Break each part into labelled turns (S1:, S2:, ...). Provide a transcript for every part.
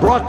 S1: brought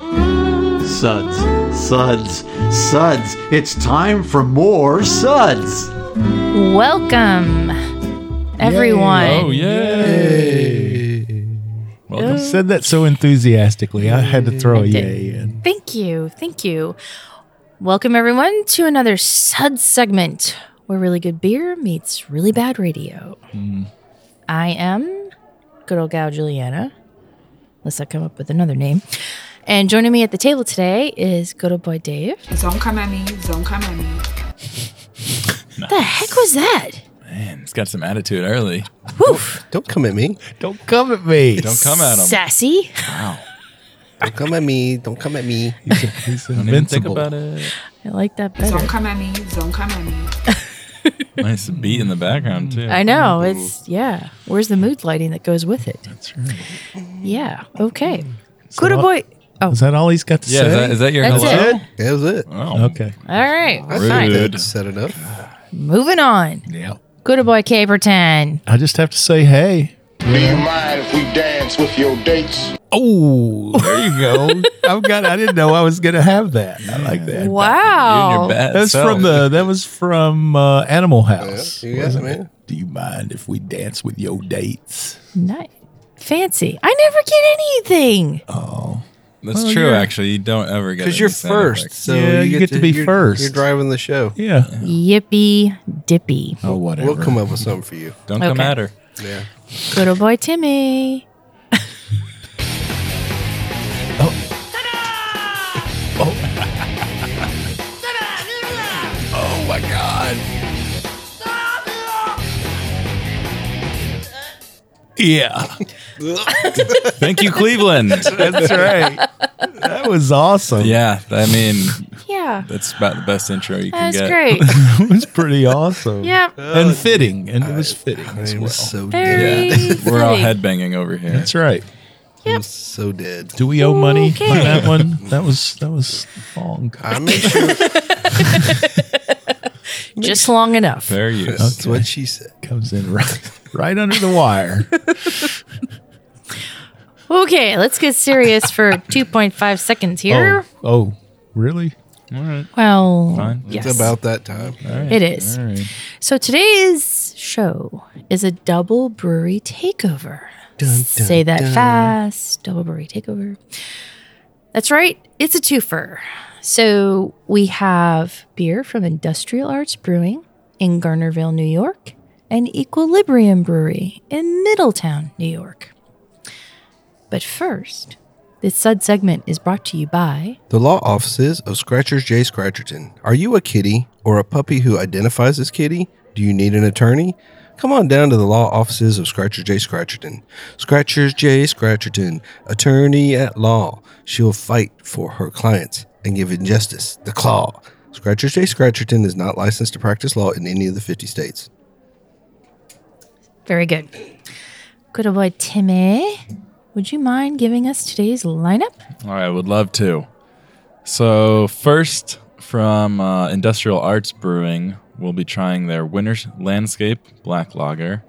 S1: Suds, suds, suds. It's time for more suds.
S2: Welcome, everyone.
S3: Oh yay!
S4: You
S3: Welcome.
S4: said that so enthusiastically. I had to throw a
S2: did.
S4: yay in.
S2: Thank you. Thank you. Welcome, everyone, to another Suds segment where really good beer meets really bad radio. I am good old gal Juliana, unless I come up with another name. And joining me at the table today is good old boy Dave.
S5: Don't come at me. Don't come at me.
S2: What the heck was that?
S3: Man, it's got some attitude early.
S2: Woof.
S6: Don't come at me.
S4: Don't come at me.
S3: Don't come at him.
S2: Sassy.
S6: Don't come at me. Don't come at me.
S4: He's
S3: Don't even think
S4: invincible.
S3: about it.
S2: I like that
S5: Don't
S2: better.
S5: come at me. Don't come at me.
S3: Nice beat in the background too.
S2: I know. It's, yeah. Where's the mood lighting that goes with it?
S3: That's right.
S2: Yeah. Okay. Good old
S4: all-
S2: boy. Oh,
S4: Is that all he's got to
S3: Yeah,
S4: say?
S3: is that, is that your
S2: That's
S3: hello?
S2: it.
S6: That was it.
S3: Oh,
S4: okay.
S2: all right.
S6: I
S2: Fine.
S6: think
S3: Rude.
S6: that set it up.
S2: Moving on.
S4: Yeah.
S2: Good old boy Caperton.
S4: I just have to say, hey.
S7: Do you mind if we dance with your dates?
S4: Oh, there you go. I've got. I didn't know I was gonna have that. I like that.
S3: You and
S2: Wow.
S3: your bad
S4: That's
S3: self.
S4: from the. That was from uh, Animal House.
S6: You got it, man.
S4: Do you mind if we dance with your dates?
S2: Nice. Fancy. I never get anything.
S3: That's
S4: Well,
S3: true.
S4: you're-
S3: Actually, you don't ever get
S6: Because
S3: any
S6: you're
S3: sound
S6: first.
S3: effects.
S6: So
S4: Yeah, you get to be
S6: you're-
S4: first.
S6: You're driving the show.
S4: Yeah.
S2: Yippee dippy.
S4: Oh, whatever.
S6: We'll come up with something for you.
S3: Don't come
S2: Okay.
S3: at her.
S6: Yeah.
S2: Good old boy Timmy.
S4: Oh my God. Yeah,
S3: Thank you, Cleveland.
S4: that's right. That was awesome.
S3: yeah, I mean,
S2: Yeah.
S3: that's about the best intro you can
S2: That's
S3: get.
S2: great.
S4: it was pretty awesome.
S2: yeah.
S4: and fitting, and it was fitting as
S6: It
S4: well.
S6: was so dead.
S2: Very
S3: We're all
S2: funny.
S3: headbanging over here.
S4: That's right.
S6: It was so dead.
S4: Do we owe money for
S2: Okay.
S4: that one? That was that was long.
S6: I made sure
S2: Just long enough.
S3: Fair use.
S6: that's what she said.
S4: Comes in right right under the wire.
S2: Okay, let's get serious for 2.5 seconds here.
S4: Oh, oh, really?
S3: All right.
S2: Well,
S3: Fine.
S2: yes.
S6: It's about that time.
S2: It is.
S3: All right.
S2: So today's show is a double brewery takeover. Say that fast. Double brewery takeover. That's right. It's a twofer. So we have beer from Industrial Arts Brewing in Garnerville, New York, and Equilibrium Brewery in Middletown, New York. But first, this sud segment is brought to you by
S6: The law offices of Scratchers J. Scratcherton. Are you a kitty or a puppy who identifies as kitty? Do you need an attorney? Come on down to the law offices of Scratchers J. Scratcherton. Scratchers J. Scratcherton, attorney at law. She'll fight for her clients and give injustice the claw. Scratchers J. Scratcherton is not licensed to practice law in any of the 50 states.
S2: Very good. Good old boy Timmy. Would you mind giving us today's lineup?
S3: All right, would love to. So, first from uh, Industrial Arts Brewing, we'll be trying their Winter's Landscape Black Lager,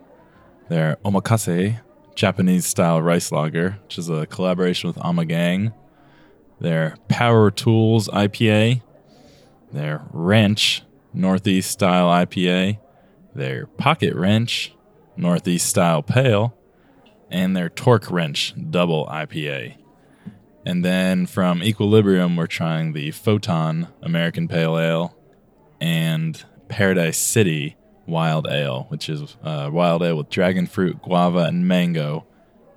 S3: their Omakase Japanese style rice lager, which is a collaboration with Amagang, their Power Tools IPA, their Ranch Northeast style IPA, their Pocket Wrench Northeast style Pale, and their Torque Wrench Double IPA. And then from Equilibrium, we're trying the Photon American Pale Ale and Paradise City Wild Ale, which is uh, wild ale with dragon fruit, guava, and mango.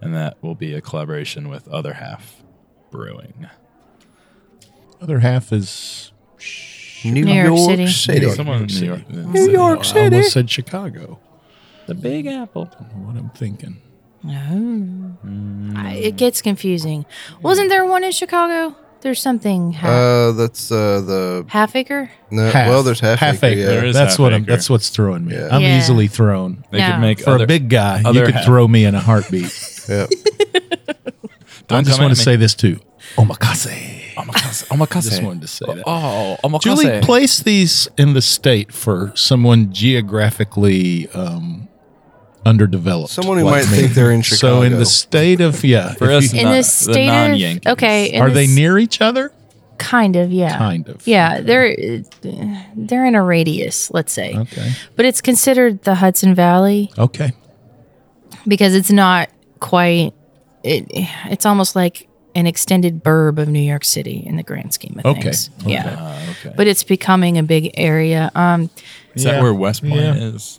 S3: And that will be a collaboration with Other Half Brewing.
S4: Other half is.
S6: New,
S2: York City.
S3: Someone in New York.
S4: New York City. I almost said Chicago.
S3: The Big Apple.
S4: I don't know what I'm thinking.
S2: Oh. I, it gets confusing. Wasn't there one in Chicago? There's something half,
S6: Uh, that's uh, the
S2: half acre.
S6: no,
S4: Half.
S6: well. There's half,
S4: Uh, half acre.
S6: yeah.
S3: There is
S4: That's
S3: half
S4: what I'm.
S3: acre.
S4: That's what's throwing me.
S6: Yeah.
S4: I'm
S2: Yeah.
S4: easily thrown.
S3: They
S2: No.
S3: could make
S4: For
S3: other,
S4: a big guy, you
S3: other
S4: could
S3: half.
S4: throw me in a heartbeat.
S6: Yeah.
S3: Don't
S4: I just
S3: come
S4: want
S3: at
S4: to
S3: me. Oh,
S4: say this too. Omakase.
S3: omakase. Omakase.
S4: Just wanted to say that.
S3: Oh, omakase.
S4: Julie, place these in the state for someone geographically um, underdeveloped.
S6: Someone who
S4: like
S6: might
S4: me.
S6: think they're in
S4: So in
S6: Chicago.
S4: the state of yeah,
S3: For
S4: if
S3: us,
S4: you-
S2: In
S3: Not-
S2: the
S3: the
S2: state
S3: non-Yankees.
S2: of okay, in
S4: are
S2: the
S4: they
S2: s-
S4: near each other?
S2: Kind of, yeah.
S4: Kind of.
S2: Yeah, they're they're in a radius, let's say,
S4: Okay.
S2: but it's considered the Hudson Valley
S4: Okay.
S2: because it's not quite. It it's almost like an extended burb of New York City in the grand scheme of
S4: Okay.
S2: things.
S4: Okay.
S2: Yeah,
S3: Ah, okay.
S2: but it's becoming a big area. Um,
S3: is
S4: Yeah.
S3: that where West Point
S4: Yeah.
S3: is?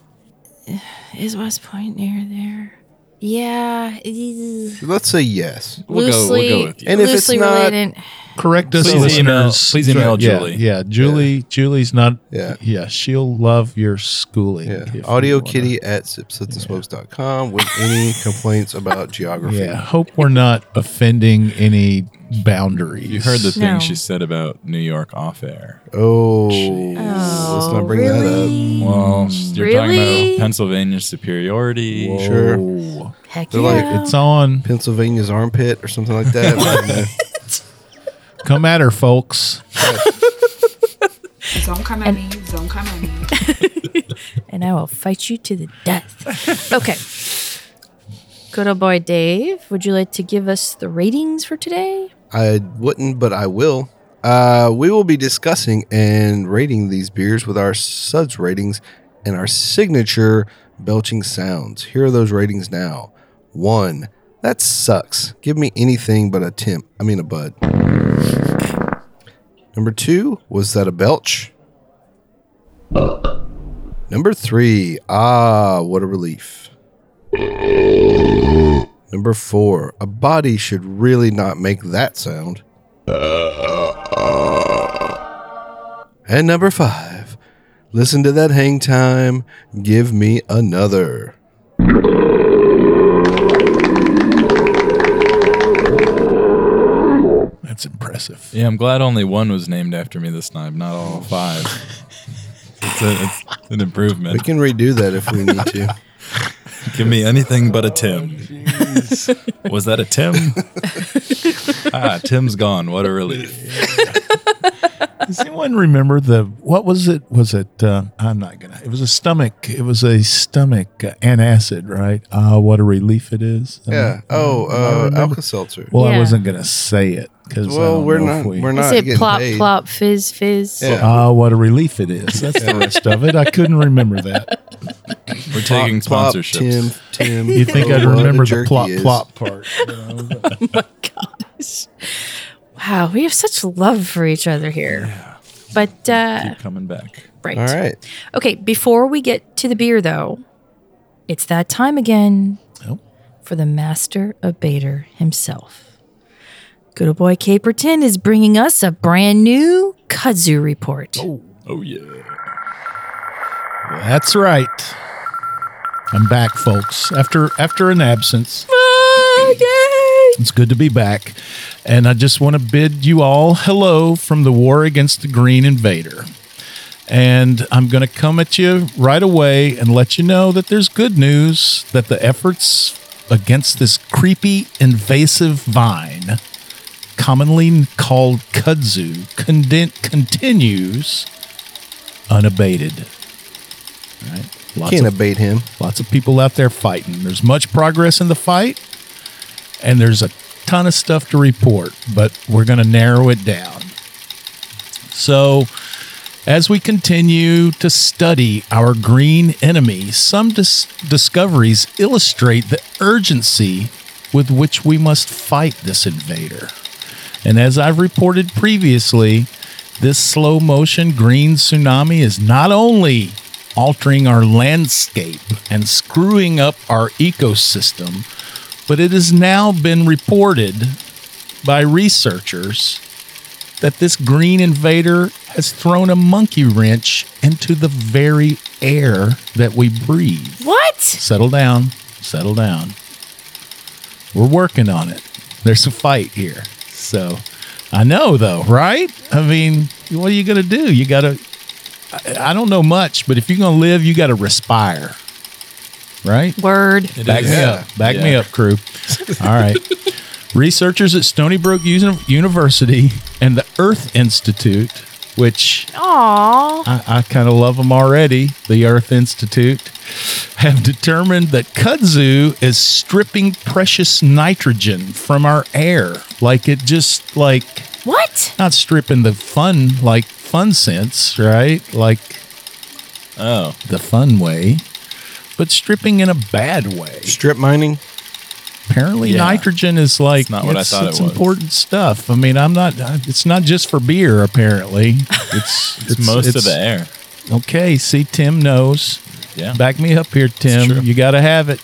S2: is West Point near there? Yeah, eh,
S6: Let's say yes.
S3: We'll go- we'll
S2: loosely,
S3: go with you.
S6: And if it's
S2: loosely
S6: not-
S2: related.
S4: Correct us,
S3: Please
S4: listeners.
S3: email- please email
S4: Yeah,
S3: Julie.
S4: Yeah, Julie. Julie's not.
S6: Yeah.
S4: yeah. She'll love your schooling.
S6: Yeah.
S4: if you
S6: Audio
S4: wanna-
S6: kitty at sipsatthesmokes.com with any complaints about geography.
S4: Yeah. Hope we're not offending any boundaries.
S3: You heard the thing
S2: No.
S3: she said about New York off air.
S6: Oh, let's
S2: Oh,
S6: not bring that up.
S2: really?
S3: Well, you're talking
S2: Really?
S3: about Pennsylvania superiority.
S6: Sure.
S4: Sure.
S2: Heck
S6: They're
S2: yeah!
S6: like,
S4: It's on.
S6: Pennsylvania's armpit or something like that. I don't know.
S4: Come at her, folks.
S5: Don't come at me. Don't come at me.
S2: and I will fight you to the death. Okay. Good old boy Dave, would you like to give us the ratings for today?
S6: I wouldn't, but I will. Uh, we will be discussing and rating these beers with our suds ratings and our signature belching sounds. Here are those ratings now. One, that sucks. Give me anything but a temp. I mean a bud. Number two, was that a belch? Number three, ah, what a relief. Number four, a body should really not make that sound. And number five, listen to that hang time, give me another.
S4: That's impressive.
S3: Yeah, I'm glad only one was named after me this time, not all five. it's, a, it's an
S6: We
S3: improvement.
S6: can redo that if we need to.
S3: Give me anything but a Tim. was that a Tim? ah, Tim's gone. What a relief.
S4: Does anyone remember the what was it? Was it? Uh, I'm not gonna. It was a stomach. It was a stomach uh, antacid, right? Ah, what a relief it is. Am I-
S6: Yeah. Oh, uh, Alka Seltzer.
S4: Well, I
S2: Yeah.
S4: wasn't gonna say it because
S6: Well, we're not.
S4: We,
S6: We're
S2: I
S6: not.
S2: say
S6: getting
S2: plop,
S6: paid.
S2: plop, fizz, fizz.
S6: Yeah.
S4: Ah, what a relief it is. That's the rest of it. I couldn't remember that.
S3: We're taking
S6: Plop,
S3: sponsorships.
S6: Tim. Tim.
S4: You think I'd
S6: Oh, what a
S4: remember the
S6: jerky
S4: plop
S6: is.
S4: plop part?
S2: Wow, we have such love for each other here. But, uh,
S3: Keep coming back.
S2: right.
S6: All right.
S2: Okay, before we get to the beer, though, it's that time again
S4: Oh.
S2: for the master abater himself. Good old boy Caperton is bringing us a brand new kudzu report.
S3: Oh, yeah.
S4: That's right. I'm back, folks. After after an absence. It's good to be back. And I just want to bid you all hello from the war against the green invader. And I'm going to come at you right away and let you know that there's good news that the efforts against this creepy invasive vine, commonly called kudzu, conden- continues unabated. All right. Lots
S6: Can't
S4: of
S6: abate him.
S4: lots of people out there fighting. There's much progress in the fight, and there's a ton of stuff to report, but we're going to narrow it down. So, as we continue to study our green enemy, some dis- discoveries illustrate the urgency with which we must fight this invader. And as I've reported previously, this slow motion green tsunami is not only altering our landscape and screwing up our ecosystem, but it has now been reported by researchers that this green invader has thrown a monkey wrench into the very air that we breathe.
S2: What?
S4: Settle down, settle down. We're working on it. There's a fight here. So I know, though, right? I mean, what are you going to do? You got to, I I don't know much, but if you're going to live, you got to respire, right?
S2: Word.
S4: Back me
S6: Yeah.
S4: up. Back me up, crew. All right. Researchers at Stony Brook Uni- University and the Earth Institute, which
S2: Aw.
S4: I, I kind of love them already, the Earth Institute, have determined that kudzu is stripping precious nitrogen from our air. Like it just, like,
S2: What?
S4: not stripping the fun, like, fun sense, right? Like
S3: Oh,
S4: the fun way, but stripping in a bad way.
S6: Strip mining.
S4: apparently
S3: Yeah.
S4: nitrogen is like
S3: It's not what I
S4: it's-
S3: thought it
S4: it's
S3: was.
S4: important stuff i mean i'm not I- it's not just for beer apparently it's
S3: it's, most of the air.
S4: okay see tim knows
S3: Yeah.
S4: back me up here
S3: true.
S4: tim you gotta have it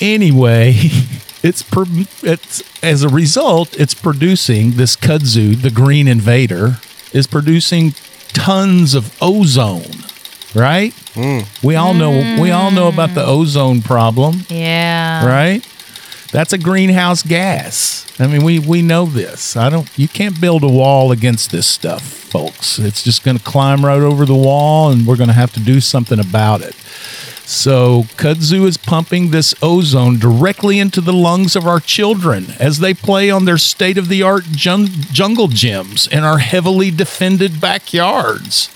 S4: anyway it's per, it's as a result it's producing this kudzu the green invader is producing tons of ozone right
S3: Hmm.
S4: we all know we all know about the ozone problem
S2: Yeah.
S4: right? That's a greenhouse gas. I mean, we we know this. I don't. You can't build a wall against this stuff, folks. It's just going to climb right over the wall, and we're going to have to do something about it. So, kudzu is pumping this ozone directly into the lungs of our children as they play on their state of the art jung- jungle gyms in our heavily defended backyards.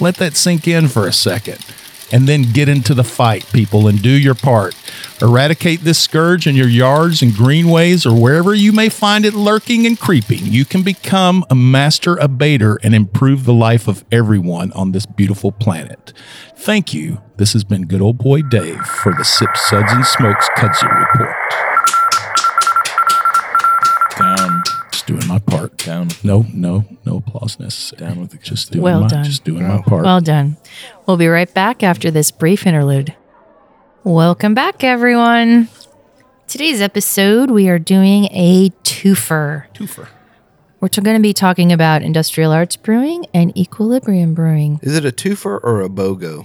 S4: Let that sink in for a second. And then get into the fight, people, and do your part. Eradicate this scourge in your yards and greenways or wherever you may find it lurking and creeping. You can become a master abater and improve the life of everyone on this beautiful planet. Thank you. This has been good old boy Dave for the Sip Suds and Smokes Kudzu Report.
S3: Down,
S4: Just doing my part.
S3: down.
S4: No, no, no applause necessary.
S3: Down with the
S4: just doing
S2: Well
S4: my,
S2: done.
S4: Just doing my part.
S2: Well done. We'll be right back after this brief interlude. Welcome back, everyone. Today's episode, we are doing a twofer.
S4: Twofer.
S2: We're going to be talking about industrial arts brewing and equilibrium brewing.
S6: Is it a twofer or a bogo?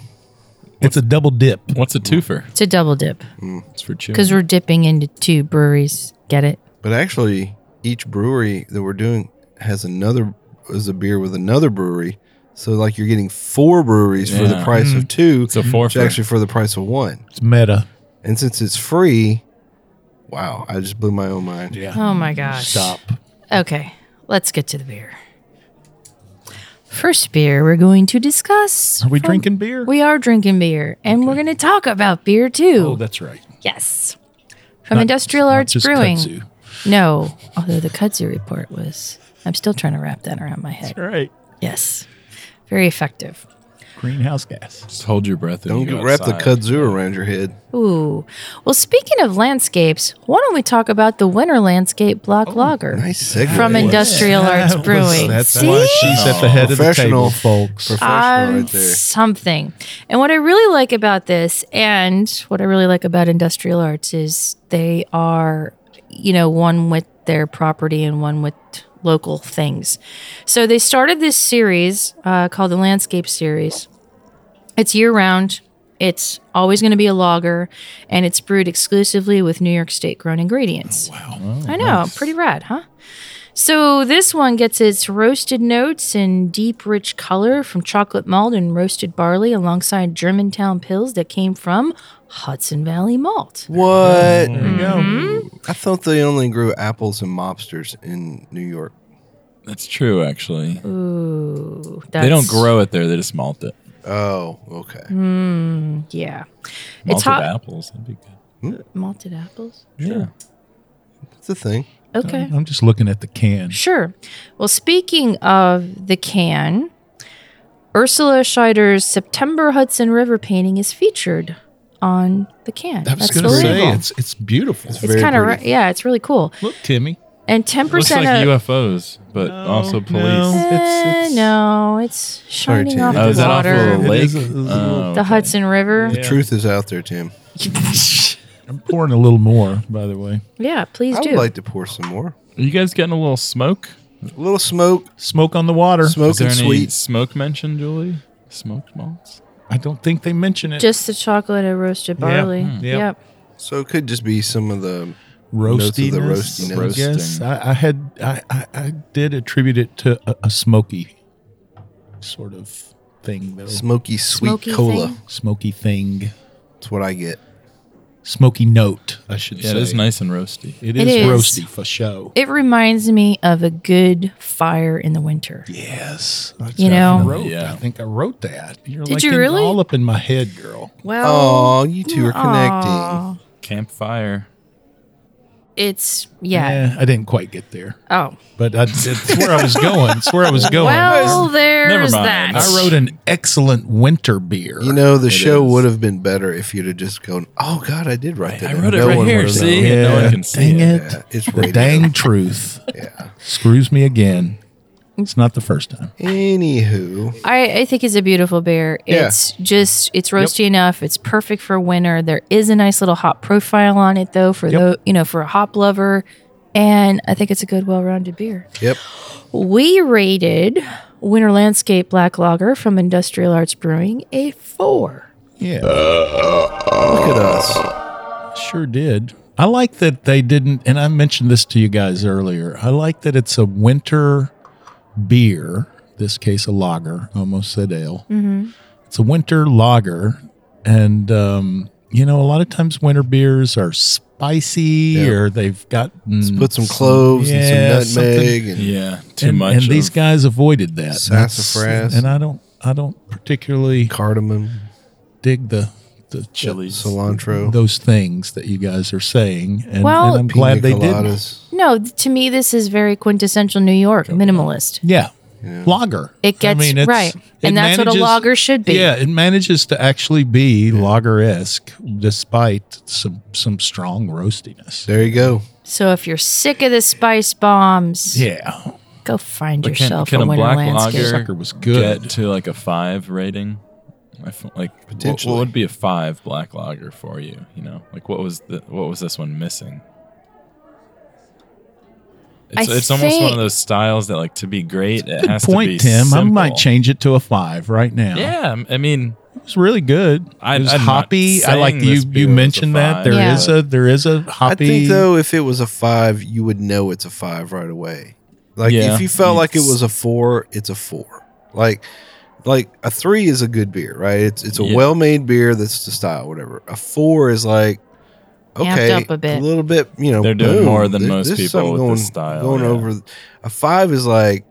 S4: It's a double dip.
S3: What's a twofer?
S2: It's a double dip
S3: It's for chewing.
S2: because we're dipping into two breweries. Get it?
S6: But actually, each brewery that we're doing has another is a beer with another brewery. So like you're getting four breweries for
S3: Yeah.
S6: the
S3: Mm-hmm.
S6: price of two.
S3: It's a four
S6: which is actually for the price of one.
S4: It's meta.
S6: And since it's free, wow! I just blew my own mind.
S4: Yeah.
S2: Oh my gosh.
S4: Stop.
S2: Okay, let's get to the beer. First beer we're going to discuss.
S4: Are we
S2: from-
S4: drinking beer?
S2: We are drinking beer, and we're going to talk about beer too.
S4: oh, that's right.
S2: yes, from
S4: Not-
S2: Industrial
S4: not
S2: Arts
S4: just
S2: Brewing.
S4: kudzu.
S2: No, although the kudzu report was, I'm still trying to wrap that around my head.
S4: Right.
S2: Yes, very effective.
S4: Greenhouse gas.
S3: Just hold your breath.
S6: Don't get wrap the kudzu around your head.
S2: Ooh, well, speaking of landscapes, why don't we talk about the winter landscape block lager
S6: Nice segue.
S2: from Industrial Arts
S4: Oh, That was-
S2: Brewing?
S4: That's
S2: See?
S4: why she's at the head of the
S6: Professional.
S4: table, folks.
S6: Professional
S2: Um,
S6: right there.
S2: something. And what I really like about this, and what I really like about industrial arts, is they are, you know, one with their property and one with local things. So they started this series uh, called the Landscape Series. It's year round. It's always going to be a lager, and it's brewed exclusively with New York State grown ingredients. wow. I know. Pretty rad, huh? So this one gets its roasted notes and deep, rich color from chocolate malt and roasted barley, alongside Germantown pills that came from Hudson Valley Malt.
S6: What? Mm. I thought they only grew apples and mobsters in New York.
S3: That's true, actually.
S2: Ooh, that's,
S3: They don't grow it there. They just malt it.
S6: Oh, okay.
S2: Mm. Yeah, it's
S3: Malted
S2: hot
S3: apples. That'd be good.
S2: malted apples.
S3: Yeah.
S6: That's the thing.
S2: Okay,
S3: Uh-huh.
S4: I'm just looking at the can.
S2: Sure. Well, speaking of the can, Ursula Scheider's September Hudson River painting is featured on the can.
S4: I was
S2: That's
S4: going to say
S2: illegal.
S4: it's it's beautiful.
S2: It's kind of yeah, it's really cool.
S4: Look, Timmy.
S2: And ten
S3: Looks
S2: percent
S3: like
S2: of
S3: UFOs, but also police.
S4: no.
S2: Eh,
S4: It's- it's-
S2: no, it's shining
S6: Tim.
S2: off
S3: Oh, is
S2: the
S3: that off
S2: water.
S3: a little lake?
S4: It is a- it is a
S3: Oh,
S2: The Hudson River.
S6: The truth is out there, Tim.
S4: I'm pouring a little more, by the way.
S2: Yeah, please
S6: I would
S2: do.
S6: like to pour some more.
S3: Are you guys getting a little smoke?
S6: A little smoke,
S4: Smoke on the water.
S3: Is
S6: smoke
S3: there
S6: and
S3: any
S6: sweet.
S3: smoke mentioned, Julie? Smoked malts?
S4: I don't think they mention it.
S2: Just the chocolate and roasted barley.
S4: Mm. Yep.
S2: Yep.
S6: So it could just be some of the
S4: roastiness.
S6: Notes of the
S4: I
S6: roastiness.
S4: guess I, I had I, I, I did attribute it to a, a smoky sort of thing though.
S6: Smoky sweet
S2: Smoky
S6: cola.
S2: thing?
S4: smoky thing,
S6: That's what I get.
S4: smoky note. I should
S3: Yeah,
S4: say
S3: it is nice and roasty.
S4: It
S2: It
S4: is,
S2: is.
S4: roasty for show.
S2: It reminds me of a good fire in the winter.
S4: yes, That's
S2: You
S4: what I
S2: know?
S4: wrote.
S3: Yeah.
S4: I think I wrote that. You're
S2: Did
S4: like
S2: you
S4: in-
S2: really?
S4: all up in my head, girl.
S2: Well,
S6: Oh, you two are connecting.
S2: aw.
S3: Campfire.
S2: it's yeah.
S4: Eh, I didn't quite get there,
S2: Oh,
S4: but I, it's where I was going. It's where I was going.
S2: well, there's
S3: mind.
S2: that.
S4: I wrote an excellent winter beer.
S6: You know, the show
S3: is.
S6: would have been better if you'd have just gone, oh, God, I did write that.
S3: I
S6: down."
S3: wrote it
S6: No
S3: right
S6: one
S3: here.
S6: would have
S3: See,
S6: known.
S3: no one can see
S4: dang
S3: it.
S4: it.
S6: Yeah, it's
S4: the
S6: radio.
S4: dang truth
S6: Yeah.
S4: screws me again. It's not the first time.
S6: Anywho,
S2: I, I think it's a beautiful beer.
S6: Yeah.
S2: It's just it's roasty enough. It's perfect for winter. There is a nice little hop profile on it though for
S4: Yep.
S2: tho- you know for a hop lover, and I think it's a good well-rounded beer.
S6: yep.
S2: We rated Winter Landscape Black Lager from Industrial Arts Brewing a four.
S4: Yeah,
S6: Look at us.
S4: sure did. I like that they didn't, and I mentioned this to you guys earlier. I like that it's a winter beer. This case, a lager, almost said ale. It's a winter lager, and um, you know, a lot of times winter beers are spicy, or they've got
S6: Let's put some cloves and some nutmeg. And
S3: Yeah, too
S4: and,
S3: much.
S4: and these
S3: of-
S4: guys avoided that That's-
S6: Sassafras.
S4: and I don't, I don't particularly
S6: cardamom,
S4: dig the the
S3: chilies.
S6: cilantro.
S4: those things that you guys are saying, and,
S2: Well-
S4: and I'm glad they
S6: Pina
S4: did.
S6: coladas.
S2: No, th- to me this is very quintessential New York minimalist.
S4: Yeah. lager.
S2: It gets- right. And that's what a lager should be.
S4: Yeah, it manages to actually be lager esque despite some some strong roastiness.
S6: There you go.
S2: So if you're sick of the spice bombs,
S4: Yeah,
S2: go find
S3: But can-
S2: yourself
S3: can
S2: a
S3: a
S2: Winter
S3: black
S2: Landscape.
S3: lager-
S4: sucker was good.
S3: Get to like a five rating. I feel like what,
S6: Potentially.
S3: what would be a five black lager for you? You know, like what was the what was this one missing? It's,
S2: I
S3: it's almost one
S2: think-
S3: of those styles that like to be great. It
S4: Good
S3: has to be
S4: point, Tim. I might
S3: simple.
S4: change it to a five right now.
S3: Yeah, I mean,
S4: It was really good.
S3: I-
S4: it was
S3: I'm not
S4: hoppy. I
S3: saying
S4: like you.
S3: this beer
S4: You
S3: was a
S4: mentioned that
S3: five,
S4: there
S2: Yeah.
S4: is a there is a hoppy.
S6: I think though, if it was a five, you would know it's a five right away. Like
S3: Yeah.
S6: if you felt like it
S3: It's-
S6: was a four, it's a four. Like like a three is a good beer, right? It's it's a
S3: Yeah.
S6: well made beer that's the style, whatever. A four is like
S2: Amped
S6: okay,
S2: up a bit.
S6: little bit. You know,
S3: They're doing
S6: boom,
S3: more than most
S6: there's
S3: people
S6: something
S3: with
S6: going,
S3: this style,
S6: Going
S3: yeah.
S6: over a five is like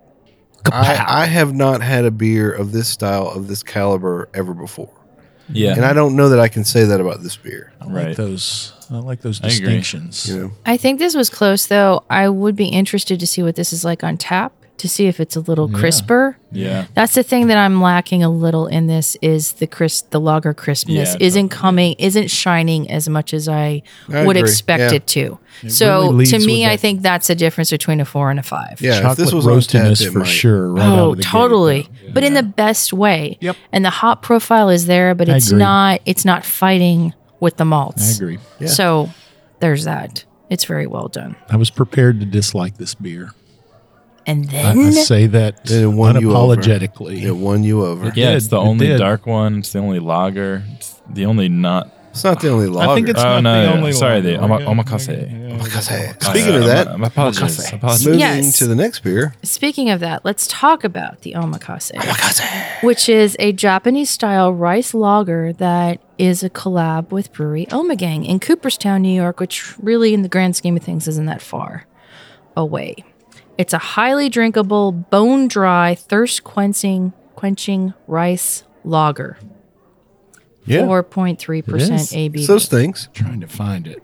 S4: Kapow.
S6: I, I have not had a beer of this style of this caliber ever before,
S3: yeah,
S6: and I don't know that I can say that about this beer.
S4: I like
S3: Right.
S4: those. I like those
S3: I agree.
S4: distinctions.
S6: You know,
S2: I think this was close though. I would be interested to see what this is like on tap to see if it's a little crisper.
S3: yeah.
S2: That's the thing that I'm lacking a little in this is the crisp the lager crispness
S3: Yeah,
S2: isn't coming isn't shining as much as I,
S6: I
S2: would
S6: agree.
S2: expect
S6: Yeah.
S2: it to. so
S4: really
S2: to
S4: leads
S2: me
S4: with
S2: I
S4: that-
S2: think that's a difference between a 4 and a 5.
S6: Yeah, if
S4: Chocolate
S6: this was on tap,
S4: roastiness
S6: it
S4: for
S6: might.
S4: sure. Right out
S2: Oh,
S4: of the gate.
S2: totally. But in the best way.
S4: Yep.
S2: And the hop profile is there, but
S4: I
S2: it's
S4: agree.
S2: not it's not fighting with the
S4: I
S2: malts.
S4: agree.
S2: So there's that. It's very well done.
S4: I was prepared to dislike this beer.
S2: And
S4: I,
S2: then
S4: I say that
S6: It won you over.
S4: unapologetically.
S6: It won you over.
S3: Yeah,
S4: did.
S3: it's the
S4: It
S3: only
S4: did.
S3: dark one. It's the only lager. It's the only not.
S6: It's not the only lager.
S4: I think it's not
S3: Oh, no,
S4: the
S3: yeah.
S4: only.
S3: Sorry, the
S4: one.
S3: oma- omakase.
S6: Omakase. Speaking of
S3: I-
S6: that,
S3: I'm, i apologize. I apologize.
S6: moving
S2: Yes.
S6: to the next beer.
S2: Speaking of that, let's talk about the omakase, which is a Japanese style rice lager that is a collab with brewery Omegang in Cooperstown, New York, which really, in the grand scheme of things, isn't that far away. It's a highly drinkable, bone dry, thirst quenching, quenching rice lager.
S6: Yeah.
S2: 4.3%
S3: It
S2: ABV.
S6: It's those things.
S4: Trying to find it.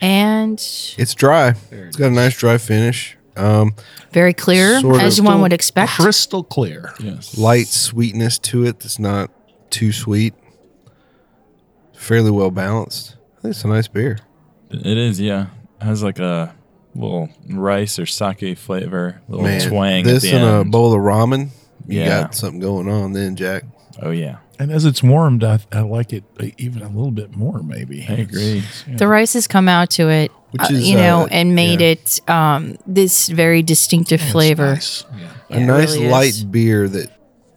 S2: and
S6: It's dry. It's got a nice dry finish. Um,
S2: very clear,
S6: Sort of
S2: as one would expect.
S4: Crystal clear.
S3: Yes.
S6: light sweetness to it that's not too sweet. Fairly well balanced. I think it's a nice beer.
S3: It is. Yeah, it has like a little rice or sake flavor, little twang.
S6: this
S3: at the
S6: and
S3: end.
S6: a bowl of ramen. You
S3: Yeah.
S6: got something going on then, Jack.
S3: Oh yeah,
S4: And as it's warmed, I, I like it even a little bit more, maybe.
S3: I agree.
S2: the rice has come out to it
S6: Which
S2: uh,
S6: is,
S2: you know
S6: uh,
S2: and made
S6: yeah.
S2: it um this very distinctive
S4: It's
S2: flavor
S4: nice. Yeah.
S2: Yeah,
S6: a
S2: it
S6: nice
S2: really is.
S6: light beer that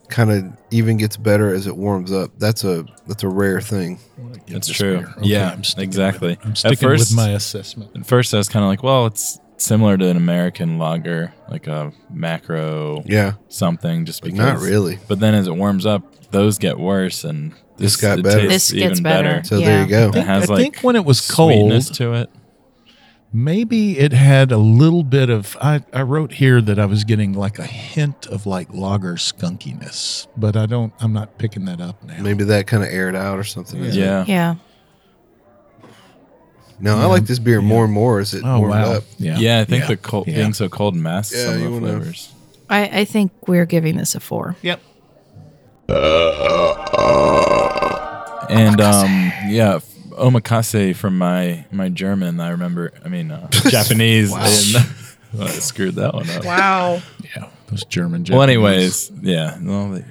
S6: kind of even gets better as it warms up. That's a that's a rare thing.
S3: That's
S4: This
S3: true.
S4: beer. Okay,
S3: yeah,
S4: I'm sticking
S3: exactly.
S4: with- I'm sticking
S3: At first,
S4: with my assessment.
S3: At first, I was kind of like, well, it's similar to an American lager, like a macro
S6: Yeah,
S3: something, just
S6: but
S3: because.
S6: not really.
S3: But then as it warms up, those get worse, and
S6: This
S3: this,
S6: got
S3: it
S6: better.
S3: tastes
S2: This gets
S3: even
S2: better.
S6: So there you go.
S3: It has
S4: I
S3: like
S4: think when it was cold,
S3: sweetness to it.
S4: maybe it had a little bit of. I, I wrote here that I was getting like a hint of like lager skunkiness, but I don't. I'm not picking that up now.
S6: Maybe that kind of aired out or something.
S3: Yeah.
S2: Yeah.
S6: No, I like this beer more and more as it
S4: Oh
S6: warmed
S4: wow!
S6: up.
S3: Yeah. I think the cold,
S4: Yeah.
S3: being so cold masks
S6: Yeah,
S3: some
S6: you
S3: of the
S6: wanna-
S3: flavors.
S2: I, I think we're giving this a four.
S4: Yep.
S3: And um, yeah, f- omakase from my my German. I remember. I mean, uh, Japanese. I didn't- I screwed that one up.
S2: Wow.
S4: Yeah. Those German.
S3: Well,
S4: Japanese.
S3: anyways, yeah. Well, they,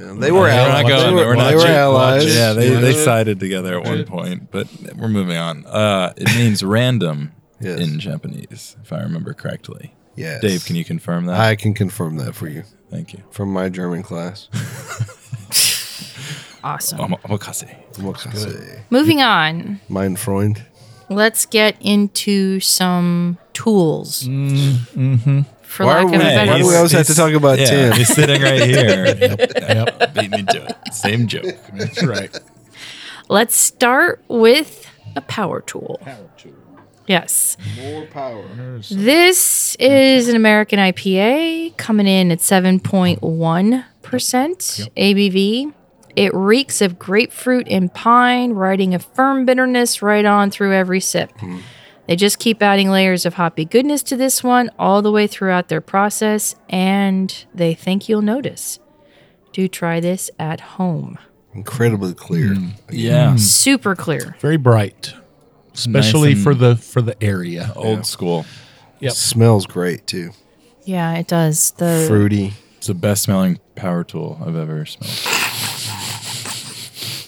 S6: Yeah, they were
S3: Yeah,
S6: allies.
S3: We're not
S6: They
S3: going.
S6: were,
S3: we're not
S6: they were
S3: cheap
S6: allies.
S3: watch. Yeah, they, they sided together at one point, but we're moving on. Uh, it means random
S6: Yes.
S3: in Japanese, if I remember correctly.
S6: Yes.
S3: Dave, can you confirm that?
S6: I can confirm that for you
S3: Thank you.
S6: from my German class.
S2: Awesome.
S3: Om- Omakase.
S6: What can I say?
S2: Moving on,
S6: Mein Freund.
S2: let's get into some tools. Mm, hmm For
S6: Why
S2: lack
S6: are
S2: of
S6: we-
S2: a
S6: why
S2: better
S6: do we
S2: word.
S6: always have to talk about
S3: yeah,
S6: Tim?
S3: He's sitting right here.
S4: Yep.
S3: Beat me to it. Same joke.
S4: That's right.
S2: Let's start with a power tool. Power tool. Yes.
S6: More power.
S2: This is an American IPA coming in at 7.1% ABV. It reeks of grapefruit and pine, riding a firm bitterness right on through every sip. They just keep adding layers of hoppy goodness to this one all the way throughout their process, and they think you'll notice. Do try this at home.
S6: Incredibly clear.
S3: Mm. Yeah.
S2: Super clear.
S4: Very bright, especially
S3: and-
S4: for the for the area.
S3: Old school.
S4: Yep.
S6: Smells great too.
S2: Yeah, it does. The
S6: Fruity.
S3: It's the best smelling power tool I've ever smelled.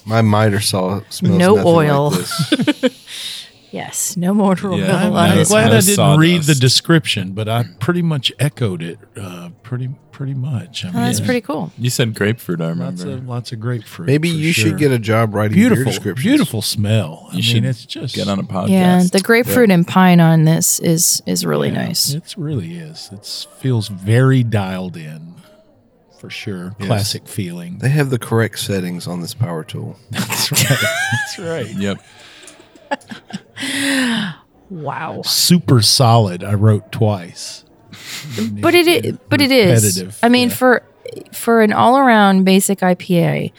S6: My miter saw smells
S2: No
S6: nothing like
S2: oil.
S6: this.
S2: yes, no more oil.
S3: Yeah,
S2: no
S3: no-
S2: lies.
S4: I'm
S3: It's
S4: glad
S3: no
S4: I didn't read the
S3: sawdust.
S4: description, but I pretty much echoed it. Uh, pretty pretty much. I mean,
S2: Oh, that's pretty cool.
S3: You said grapefruit, I
S4: Lots
S3: remember.
S4: of lots of grapefruit.
S6: Maybe
S4: for
S6: you
S4: sure.
S6: should get a job writing beer
S4: beautiful
S6: descriptions.
S4: beautiful smell. I
S3: you
S4: mean,
S3: should
S4: it's just
S3: get on a podcast.
S2: Yeah, the grapefruit and pine on this is is really
S4: yeah,
S2: nice.
S4: It really is. It feels very dialed in, for sure. Classic feeling.
S6: They have the correct settings on this power tool.
S4: That's right. That's right.
S3: Yep.
S2: Wow.
S4: Super solid. I wrote twice.
S2: But it i- but it is.
S4: Repetitive,
S2: I mean
S4: yeah.
S2: for for an all-around basic IPA,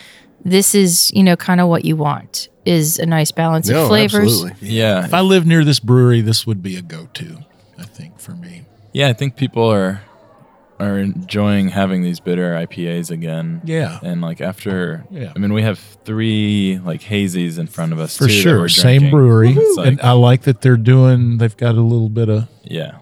S2: this is, you know, kind of what you want is a nice balance of
S6: No,
S2: flavors.
S6: absolutely.
S3: Yeah.
S4: If I lived near this brewery, this would be a go-to. I think for me.
S3: Yeah, I think people are are enjoying having these bitter IPAs again.
S4: Yeah.
S3: And like after
S4: Yeah.
S3: I mean we have three like hazies in front of us
S4: For
S3: too that
S4: sure,
S3: we're
S4: same
S3: drinking.
S4: brewery,
S3: It's like-
S4: and uh, I like that they're doing. They've got a little bit of
S3: Yeah.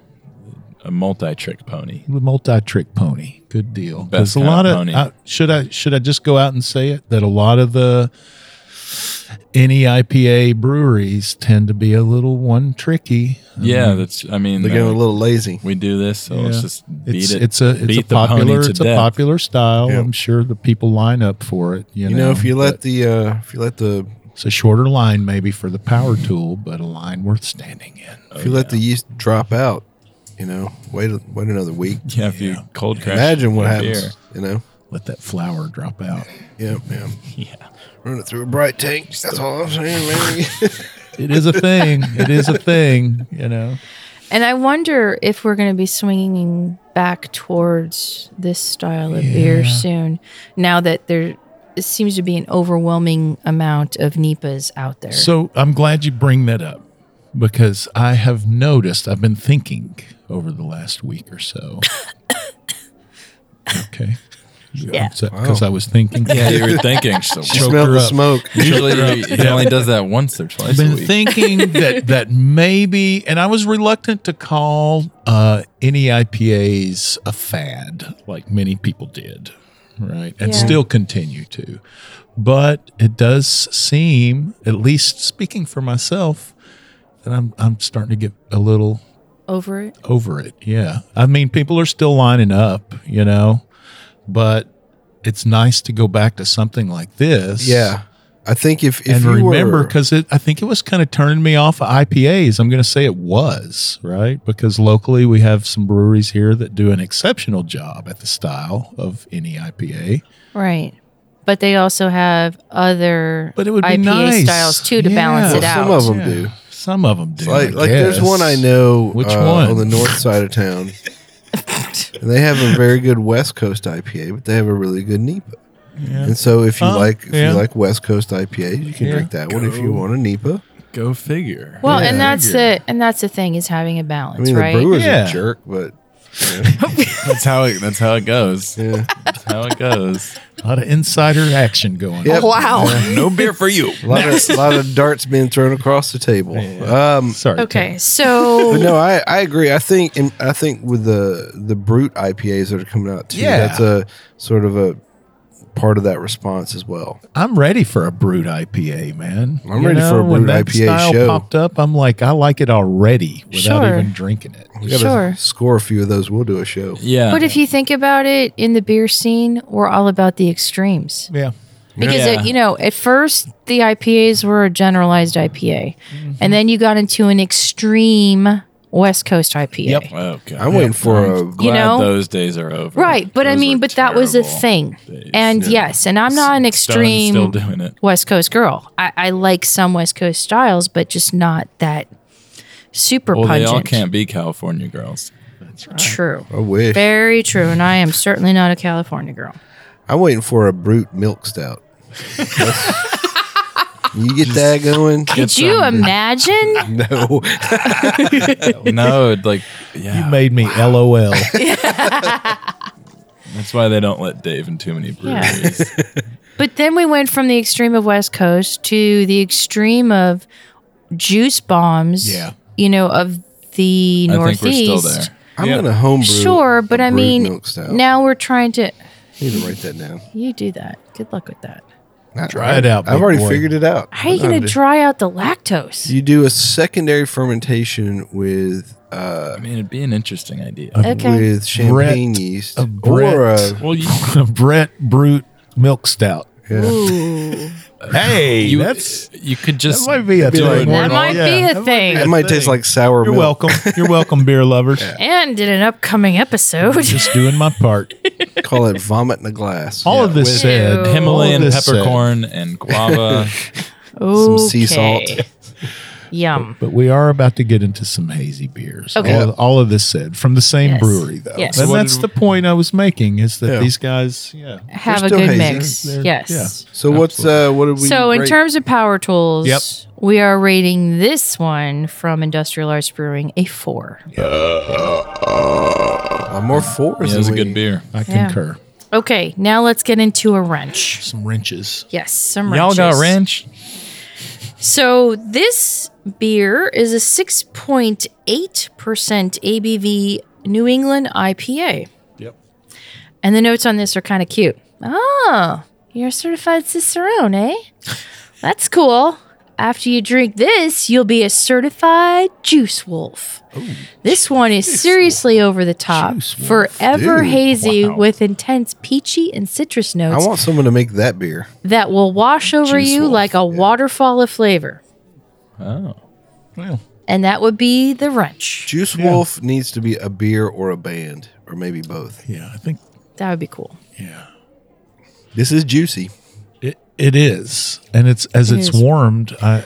S3: A multi trick pony.
S4: The multi-trick pony. Good deal.
S3: Best
S4: Because a
S3: kind
S4: lot
S3: of
S4: of
S3: pony.
S4: I- should I should I just go out and say it that a lot of the any IPA breweries tend to be a little one tricky.
S3: Yeah, that's I mean
S6: They're
S3: they're-
S6: getting a little lazy.
S3: we do this, so
S4: Mm-hmm. Yeah.
S3: let's just beat
S4: it's,
S3: it.
S4: It's a it's
S3: beat
S4: a
S3: the pony
S4: popular
S3: to
S4: it's a
S3: death.
S4: popular style.
S6: Yeah.
S4: I'm sure the people line up for it. You,
S6: You know, if you
S4: but
S6: let the uh, if you let the
S4: it's a shorter line maybe for the power tool, but a line worth standing in.
S6: if you let the yeast drop out, you know, wait wait another week.
S3: Yeah, if you cold crash.
S6: Imagine what
S3: your beer.
S6: happens. You know.
S4: Let that flower drop out.
S6: Yeah, yeah.
S3: Yeah.
S6: Run it through a bright tank. That's all I'm saying, man.
S4: It is a thing. it is a thing. You know.
S2: And I wonder if we're going to be swinging back towards this style of beer soon now that there seems to be an overwhelming amount of Nipas out there.
S4: So I'm glad you bring that up because I have noticed, I've been thinking over the last week or so. okay.
S2: Yeah.
S4: Because I was thinking.
S3: Yeah, you were thinking so
S4: Choke
S6: Smell
S4: her
S6: the
S4: up.
S6: smoke.
S3: Usually he, he only does that once or
S4: I've
S3: twice a
S4: been
S3: week.
S4: thinking that that maybe, and I was reluctant to call uh, any IPAs a fad, like many people did, right, and
S2: Yeah.
S4: still continue to. But it does seem, at least speaking for myself, that I'm I'm starting to get a little
S2: over it.
S4: over it. Yeah. I mean, people are still lining up, you know, but it's nice to go back to something like this.
S6: Yeah. I think if,
S4: and
S6: if you
S4: remember,
S6: were-
S4: because it, I think it was kind of turning me off of IPAs. I'm going to say it was right because locally we have some breweries here that do an exceptional job at the style of any IPA.
S2: Right. But they also have other
S4: But it would be
S2: IPA
S4: nice.
S2: styles too to balance
S4: Yeah.
S2: it
S6: Well,
S2: out.
S6: some of them do.
S4: Some of them do.
S6: Like,
S4: I
S6: like there's
S4: guess.
S6: one I know
S4: Which
S6: uh,
S4: one?
S6: on the north side of town. and they have a very good West Coast IPA, but they have a really good NEPA. And so if you
S4: Oh,
S6: like if
S4: yeah.
S6: you like West Coast IPA, you can
S4: Yeah.
S6: drink that one. If you want a NEPA,
S3: Go figure.
S2: Well, and
S6: Yeah.
S2: that's the and that's the thing is having a
S6: I
S2: balance,
S6: mean
S2: right?
S6: the brewer's
S4: Yeah.
S6: a jerk, but
S3: that's how it. That's how it goes.
S6: yeah.
S3: That's how it goes.
S4: A lot of insider action going.
S6: Yep. Oh,
S2: wow.
S3: no beer for you.
S6: A lot of, lot of darts being thrown across the table. Um,
S4: on. Sorry.
S2: Okay,
S6: but
S2: so
S6: no, I, I agree. I think and I think with the the brute IPAs that are coming out too,
S4: Yeah.
S6: that's a sort of a part of that response as well.
S4: I'm ready for a brewed IPA, man.
S6: I'm ready for a
S4: when
S6: brewed
S4: that
S6: IPA
S4: style
S6: show.
S4: popped up, I'm like, I like it already without
S2: Sure.
S4: even drinking it.
S6: We gotta
S2: Sure.
S6: score a few of those. We'll do a show.
S3: Yeah.
S2: but if you think about it, in the beer scene, we're all about the extremes.
S4: Yeah.
S2: Because
S3: Yeah.
S2: it, you know, at first the IPAs were a generalized IPA, and then you got into an extreme West Coast IPA.
S4: Yep.
S3: oh god,
S6: I'm waiting for a-
S3: glad
S2: You know?
S3: those days are over.
S2: Right, but I
S3: Those
S2: mean,
S3: were
S2: but that was a
S3: terrible
S2: thing,
S3: days.
S2: and yes, and I'm not an
S3: Stone's
S2: extreme
S3: Still doing it.
S2: West Coast girl. I, I like some West Coast styles, but just not that super
S3: Well,
S2: pungent.
S3: they all can't be California girls.
S2: True.
S6: I wish.
S2: Very true. And I am certainly not a California girl.
S6: I'm waiting for a brute milk stout. you get that going?
S2: Could you
S3: um,
S2: imagine?
S6: No.
S3: no, it'd like
S4: You
S3: yeah.
S4: made me LOL.
S3: that's why they don't let Dave in too many
S2: Yeah.
S3: breweries.
S2: but then we went from the extreme of West Coast to the extreme of juice bombs.
S4: Yeah.
S2: You know, of the
S3: I
S2: Northeast.
S3: think we're still there.
S6: I'm
S3: Yeah.
S6: gonna homebrew.
S2: Sure, but
S6: I
S2: I mean,
S6: milk stout.
S2: now we're trying to.
S6: I need to write that down.
S2: You do that. Good luck with that.
S6: I-
S4: Try it out,
S6: I've
S4: big
S6: already
S4: boy.
S6: figured it out.
S2: How are you
S6: I know
S2: going
S6: do.
S2: to dry out the lactose?
S6: You do a secondary fermentation with uh,
S3: I mean, it'd be an interesting idea.
S2: Okay.
S6: with champagne
S4: Brett-
S6: yeast
S4: a
S6: or a
S4: Brett.
S3: well, you,
S4: Brett Brute Milk Stout.
S2: Ooh.
S4: Hey,
S3: you
S4: that's
S3: you could just
S4: that might be a
S3: do
S4: thing.
S3: it
S2: That
S3: normal.
S2: might be a thing.
S6: It might taste like sour
S4: You're
S6: milk.
S4: welcome. You're welcome, beer lovers.
S2: And in an upcoming episode.
S4: Just doing my part.
S6: Call it vomit in a glass.
S4: All of this said,
S2: Ew.
S3: Himalayan
S4: all of this said-
S3: peppercorn and guava.
S2: Some
S6: sea salt.
S2: Yum.
S4: But we are about to get into some hazy beers.
S2: Okay.
S4: All, all of this said from the same
S2: Yes.
S4: brewery, though.
S2: Yes.
S4: And
S2: So what
S4: that's
S3: did-
S4: the point I was making is that
S6: Yeah.
S4: these guys, yeah.
S2: Have
S6: They're
S2: a
S6: still
S2: good
S6: hazy.
S2: mix.
S4: They're-
S2: yes.
S6: So what's uh, what did we?
S2: So in
S6: rate?
S2: terms of power tools,
S4: Yep.
S2: we are rating this one from Industrial Arts Brewing a four.
S6: uh, more fours.
S3: yeah, it was a
S6: than we-
S3: good beer.
S4: I
S2: Yeah.
S4: concur.
S2: Okay, now let's get into a wrench.
S4: Some wrenches.
S2: Yes, some
S3: Y'all
S2: wrenches.
S3: got ranch?
S2: So this beer is a 6.8% ABV New England IPA.
S4: Yep.
S2: And the notes on this are kind of cute. Oh, you're a certified Cicerone, eh? That's cool. After you drink this, you'll be a certified juice wolf. this one is seriously over the top,
S4: Juice wolf,
S2: forever
S6: dude.
S2: hazy
S4: Wow.
S2: with intense peachy and citrus
S6: I
S2: notes
S6: want someone to make that beer.
S2: that will wash over
S3: Juice
S2: you
S3: wolf,
S2: like a waterfall of flavor.
S3: Oh,
S4: Well,
S2: And that would be the wrench.
S6: Juice Wolf needs to be a beer or a band or maybe both.
S4: yeah, I think,
S2: That would be cool.
S4: yeah.
S6: This is juicy.
S4: It, it is. And it's as
S2: It
S4: it's
S2: is.
S4: warmed, I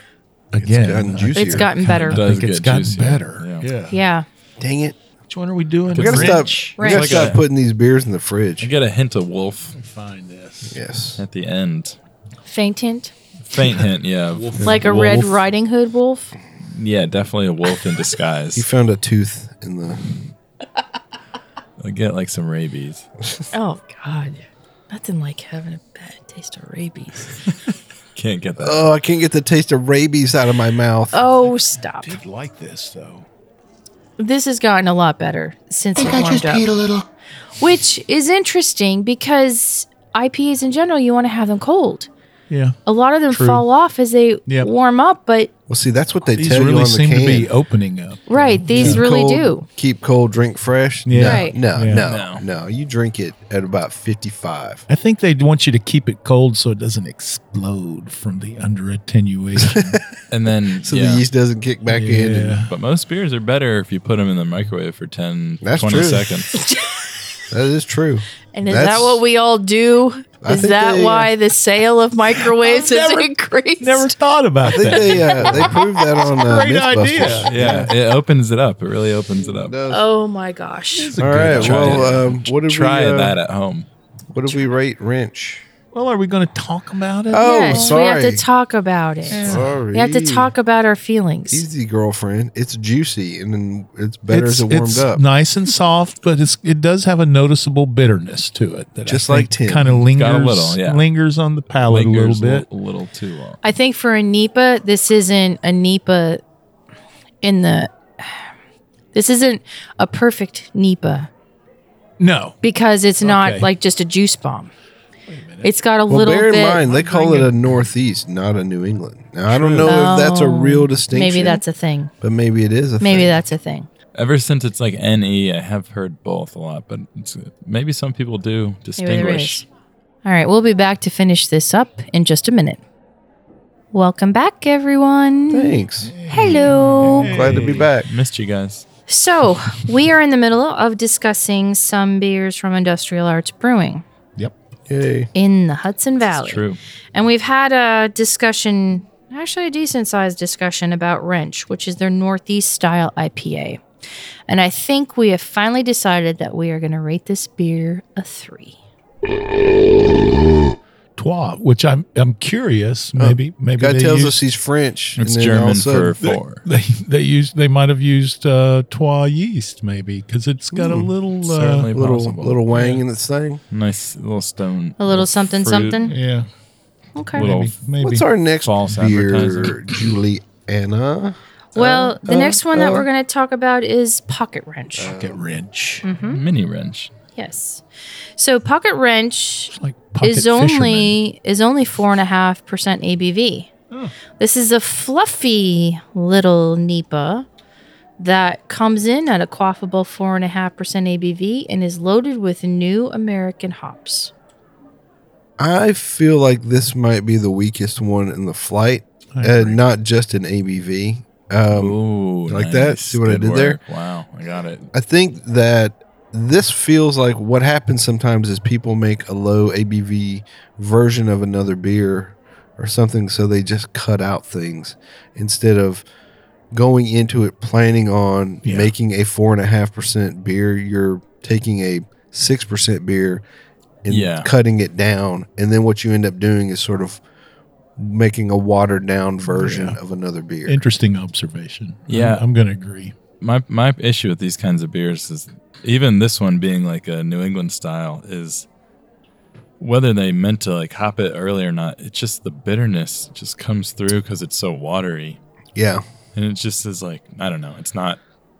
S4: again,
S6: gotten
S4: I
S6: juicier.
S2: It's gotten
S4: I
S2: better.
S3: Does
S4: think it's
S3: get
S4: gotten
S3: juicier.
S4: better.
S3: Yeah.
S2: Yeah.
S6: Dang it!
S4: Which one are we doing?
S6: We gotta
S4: Wrench?
S6: stop. We gotta
S2: Wrench.
S6: stop putting these beers in the
S3: you
S6: fridge.
S3: get a hint of wolf
S4: Find this.
S6: Yes.
S3: at the end.
S2: Faint hint.
S3: Faint hint, yeah. wolf.
S2: Like a Red Riding Hood wolf.
S3: Yeah, definitely a wolf in
S6: He
S3: disguise.
S6: found a tooth in the.
S3: I get like some rabies.
S2: Oh, God. Nothing like having a bad taste of rabies.
S3: Can't get that.
S6: Oh, I can't get the taste of rabies out of my mouth.
S2: Oh, stop.
S4: Did like this though.
S2: This has gotten a lot better since it warmed up. Which is interesting because IPAs in general, you want to have them cold.
S4: Yeah.
S2: A lot of them
S4: True.
S2: fall off as they
S4: Yep.
S2: warm up, but
S6: Well, see, that's what they
S4: These
S6: tell you
S4: really
S6: on the
S4: seem
S6: can.
S4: to be opening up.
S2: Right. These
S6: Keep
S2: really
S6: cold-
S2: do.
S6: Keep cold, drink fresh.
S4: Yeah.
S6: No,
S2: Right.
S6: no,
S4: Yeah.
S6: no, no, You drink it at about 55.
S4: I think they want you to keep it cold so it doesn't explode from the under attenuation.
S3: And then
S6: So
S3: yeah.
S6: the yeast doesn't kick back in. And
S4: yeah.
S3: But most beers are better if you put them in the microwave for 10,
S6: That's
S3: 20
S6: true.
S3: seconds.
S6: that is true.
S2: And is
S6: That's-
S2: that what we all do?
S6: I
S2: Is
S6: think
S2: that
S6: they, uh,
S2: why the sale of microwaves has
S4: never-
S2: increased?
S4: Never thought about
S6: I think
S4: that.
S6: they, uh, they proved that on uh,
S4: Great idea.
S6: Mythbusters.
S3: yeah, it opens it up. It really opens it up.
S2: Oh my gosh.
S6: All right.
S3: try.
S6: Well, um, what did
S3: Try
S6: we uh,
S3: that at home.
S6: What did we rate wrench?
S4: Well, are we going to talk about it?
S6: Oh,
S2: yes, we have
S6: sorry.
S2: to talk about it.
S6: Sorry.
S2: We have to talk about our feelings.
S6: Easy girlfriend. It's juicy and then it's better as it warmed
S4: it's
S6: up.
S4: nice and soft, but it's it does have a noticeable bitterness to it that
S6: Just like Tim.
S4: kind of lingers
S3: little, yeah.
S4: lingers on the palate
S3: Lingers
S4: a little bit.
S3: A little too long.
S2: I think for a NEPA, this isn't a NEPA in the. This isn't a perfect NEPA
S4: No,
S2: because it's not
S4: Okay.
S2: like just a juice bomb. It's got a
S6: Well,
S2: little
S6: bear in
S2: bit.
S6: mind they call it a Northeast, not a New England. Now I don't know if that's a
S2: Oh,
S6: real distinction.
S2: Maybe that's a thing.
S6: but maybe it is a
S2: Maybe
S6: thing.
S2: that's a thing.
S3: Ever since it's like NE, I have heard both a lot, but it's, maybe some people do
S2: Maybe there
S3: distinguish.
S2: is. All right, we'll be back to finish this up in just a minute. Welcome back, everyone.
S6: Thanks.
S2: Hello.
S6: Glad to be back.
S3: Missed you guys.
S2: So, we are in the middle of discussing some beers from Industrial Arts Brewing
S4: yep.
S6: Yay.
S2: in the Hudson Valley.
S3: It's true.
S2: And we've had a discussion, actually a decent sized discussion about Wrench, which is their Northeast style IPA. And I think we have finally decided that we are going to rate this beer a three.
S4: Trois, which I'm I'm curious. Maybe maybe
S6: Oh. Guy
S4: they
S6: tells
S4: used-
S6: us he's French.
S3: It's
S6: and then all
S3: German
S6: of
S3: for
S6: a sudden-
S3: four.
S4: they they used they might have used uh, trois yeast maybe because it's got a little uh,
S3: Certainly
S6: little
S3: possible.
S6: little wang in this thing.
S3: nice little stone.
S2: A little something,
S3: fruit,
S2: something.
S4: yeah
S2: Okay.
S3: Little
S4: maybe maybe
S6: What's our next
S3: False
S6: beer,
S3: advertising.
S6: Juliana?
S2: Well, the
S6: uh,
S2: next one that
S6: uh.
S2: we're going to talk about is Pocket Wrench.
S4: pocket wrench
S2: Mm. Mm-hmm.
S3: mini wrench.
S2: yes. So, Pocket Wrench
S4: like pocket
S2: is only is only four and a half percent ABV. This is a fluffy little Nipa that comes in at a quaffable four and a half percent ABV and is loaded with new American hops.
S6: I feel like this might be the weakest one in the flight,
S4: I
S6: and not just an ABV. Um,
S3: Ooh,
S6: you like that?
S3: nice.
S6: See what I
S3: Good
S6: did there?
S3: work. Wow, I got it.
S6: I think that this feels like what happens sometimes is people make a low ABV version of another beer or something, so they just cut out things instead of going into it planning on
S4: Yeah.
S6: making a four and a half percent beer. You're taking a six percent beer and
S3: Yeah.
S6: cutting it down, and then what you end up doing is sort of making a watered down version of another beer.
S4: interesting observation
S3: Yeah.
S4: I'm, I'm gonna agree
S3: my my issue with these kinds of beers is even this one being like a New England style is whether they meant to like hop it early or not. It's just the bitterness just comes through because it's so watery,
S6: yeah,
S3: and it just is like I don't know. It's not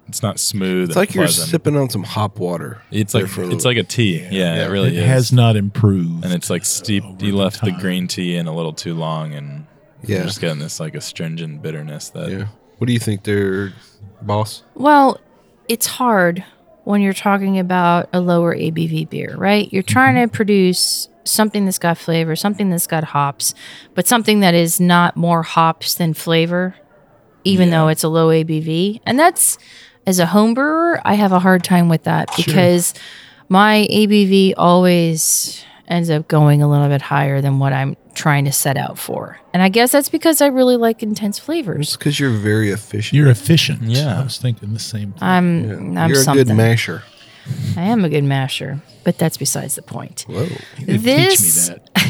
S3: it's not smooth. and
S6: it's like you're
S3: pleasant.
S6: sipping on some hop water.
S3: It's like
S6: there for a
S3: it's
S6: little-
S3: like a tea. Yeah, it really
S4: it
S3: is.
S4: has not improved
S3: and it's like steep.
S4: over
S3: You
S4: the
S3: left the
S4: time.
S3: green tea in a little too long, and
S6: Yeah.
S3: you're just getting this like astringent bitterness that
S6: Yeah. What do you think there, boss?
S2: Well, it's hard when you're talking about a lower ABV beer, right?
S6: Mm-hmm.
S2: You're trying to produce something that's got flavor, something that's got hops, but something that is not more hops than flavor, even though it's a low ABV. And that's, as a home brewer, I have a hard time with that because my ABV always ends up going a little bit higher than what I'm trying to set out for. And I guess that's because I really like intense flavors.
S6: It's because you're very efficient.
S4: you're efficient
S3: Yeah.
S4: I was thinking the same
S2: Uh,
S4: thing.
S2: I'm I'm
S6: You're a
S2: something.
S6: good masher.
S2: I am a good masher, but that's besides the point.
S6: Whoa.
S4: You
S2: This-
S4: teach me that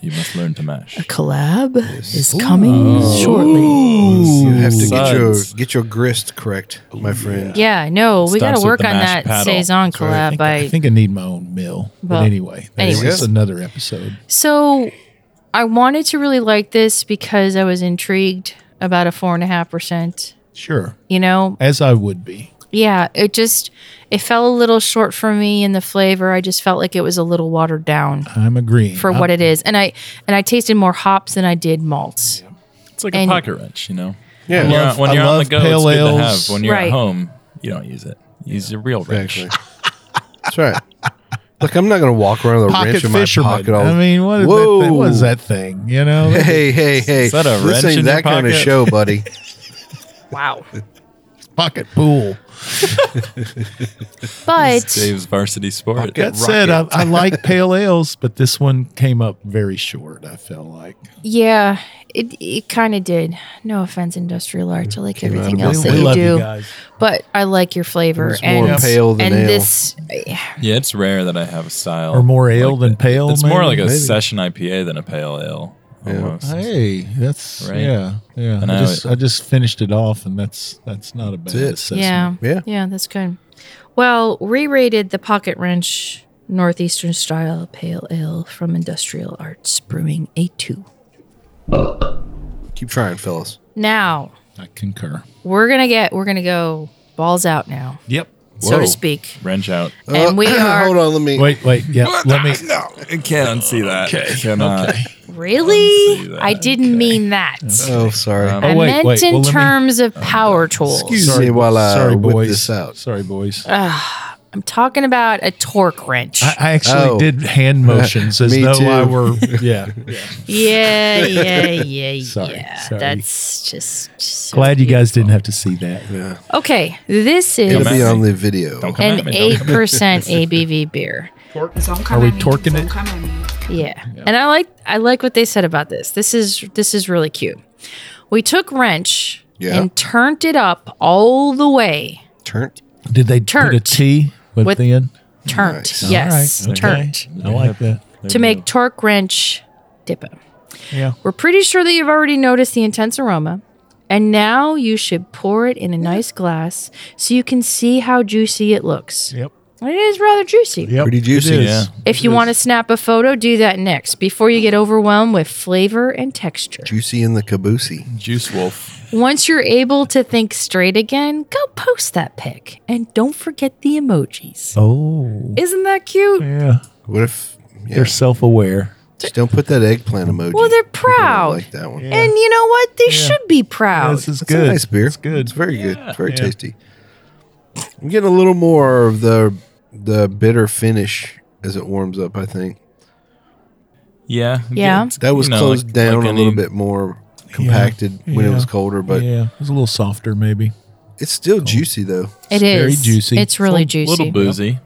S3: you must learn to mash.
S2: Collab is coming
S4: Oh.
S2: shortly.
S6: you have to get your
S3: Suds.
S6: get your grist correct, my friend.
S2: Yeah, no, we got to
S3: Starts with
S2: work
S3: the
S2: on that
S3: mashed paddle.
S2: saison
S6: right.
S4: I
S2: collab
S4: think, I
S2: by.
S4: think I need my own mill
S2: Well,
S4: but anyway that's
S2: anyways.
S4: that's another episode
S2: So I wanted to really like this because I was intrigued about a four and a half percent.
S4: sure
S2: You know,
S4: as I would be
S2: yeah, it just it fell a little short for me in the flavor. I just felt like it was a little watered down
S4: I'm agreeing
S2: for
S4: I-
S2: what it is, and I and I tasted more hops than I did malts.
S3: It's like a
S2: And-
S3: pocket wrench, you know.
S6: Yeah.
S3: when you're,
S4: love-
S3: when
S4: I
S3: you're on the
S4: love
S3: go,
S4: pale
S3: it's good to
S4: ales.
S3: have. When you're
S2: Right.
S3: at home, you don't use it. Use your real wrench.
S6: Actually, that's right. Look, I'm not going to walk around with a
S4: Pocket
S6: wrench in my
S4: fisherman.
S6: pocket. All
S4: I mean, what is, that
S6: Whoa.
S4: thing? what is that thing? You know,
S6: Hey, hey, hey!
S3: Is that a
S6: this
S3: wrench
S6: ain't
S3: in your
S6: that kind of
S3: pocket?
S6: show, buddy.
S2: Wow.
S4: pocket pool.
S2: But
S3: Dave's varsity sport.
S6: Pocket.
S4: That said, I,
S6: rocket.
S4: I like pale ales, but this one came up very short. I felt like
S2: yeah, it, it kind of did. No offense, industrial
S6: Mm,
S2: arts. I like everything else
S4: we
S2: that you
S4: love you
S2: do,
S4: guys.
S2: but I like your flavor.
S6: It's
S2: and
S6: more pale than
S2: and
S6: ale.
S2: this,
S3: Yeah, it's rare that I have a style.
S4: Or more ale than
S3: that.
S4: pale,
S3: It's more
S4: maybe?
S3: like a
S4: Maybe.
S3: session IPA than a pale ale. Almost.
S4: Hey, that's
S3: Right.
S4: yeah, yeah.
S3: And
S4: I,
S3: I
S4: just
S3: would-
S4: I just finished it off, and that's that's not a bad
S6: it.
S4: assessment.
S2: yeah,
S6: Yeah.
S2: yeah, that's good. Well, re-rated the pocket wrench northeastern style pale ale from Industrial Arts Brewing A two.
S6: Keep trying, fellas.
S2: Now
S4: I concur.
S2: we're gonna get we're gonna go balls out now,
S4: Yep.
S2: so
S6: Whoa.
S2: to speak,
S3: Wrench out.
S6: Uh,
S2: and we are
S6: Hold on, let me.
S4: Wait, wait. Yeah. let me.
S3: No, I can't see that. Okay. Cannot.
S2: really.
S3: Unsee that.
S2: I didn't mean that.
S6: Oh, sorry.
S3: Um,
S2: I
S4: Uh, Oh, wait,
S2: meant
S4: wait,
S2: in
S4: well, let me- Oh,
S2: terms of power tools.
S6: Excuse me while I
S4: sorry,
S6: whip
S4: boys.
S6: this out.
S4: Sorry, boys.
S2: I'm talking about a torque wrench.
S4: I, I actually
S6: Oh.
S4: did hand motions as
S6: Me
S4: though I
S6: too.
S4: were. Yeah.
S2: yeah, yeah, yeah,
S4: Sorry,
S2: yeah.
S4: sorry.
S2: That's just, just so
S4: Glad you guys didn't have to see that.
S2: Okay, this
S6: It'll
S3: Come
S2: is
S6: be
S3: at
S6: on
S3: me.
S6: the video.
S3: Don't come at
S2: an
S3: me.
S2: eight
S3: Don't come
S2: percent ABV beer.
S4: Are we torquing it?
S2: Yeah. And I like I like what they said about this. This is this is really cute. We took wrench
S6: Yeah.
S2: and turned it up all the way.
S6: Turn.
S4: Did they put a
S2: Turnt.
S4: T with,
S2: With-
S4: the end?
S2: Turned.
S6: Nice.
S2: Yes.
S4: All right, okay.
S2: Turned.
S4: I like that.
S2: To make torque wrench dipper.
S4: Yeah.
S2: We're pretty sure that you've already noticed the intense aroma. And now you should pour it in a nice glass so you can see how juicy it looks.
S4: Yep.
S2: It is rather juicy.
S4: Yep.
S6: Pretty
S4: it
S6: juicy.
S4: is.
S3: Yeah.
S2: If you want to snap a photo, do that next before you get overwhelmed with flavor and texture.
S6: Juicy in the caboosey.
S3: Juice Wolf.
S2: Once you're able to think straight again, go post that pic and don't forget the emojis.
S4: Oh.
S2: Isn't that cute?
S4: Yeah.
S6: What if? Yeah,
S4: They're self-aware.
S6: just don't put that eggplant emoji.
S2: Well, they're
S6: People don't
S2: proud.
S6: like that one.
S2: And you know what? They should be proud.
S4: This is
S6: It's
S4: good.
S6: a nice beer.
S4: It's good.
S6: It's very good. It's very
S4: Yeah.
S6: tasty. I'm getting a little more of the the bitter finish as it warms up. I think
S3: Yeah.
S2: Yeah.
S3: It's-
S6: that was
S3: you know,
S6: closed
S3: like-
S6: down
S3: like
S6: a little
S3: any-
S6: bit more compacted when it
S4: Yeah.
S6: was colder, but
S4: yeah, it was a little softer maybe.
S6: it's still juicy though.
S2: It is.
S4: very juicy.
S2: It's really
S3: Well,
S2: juicy.
S3: little boozy.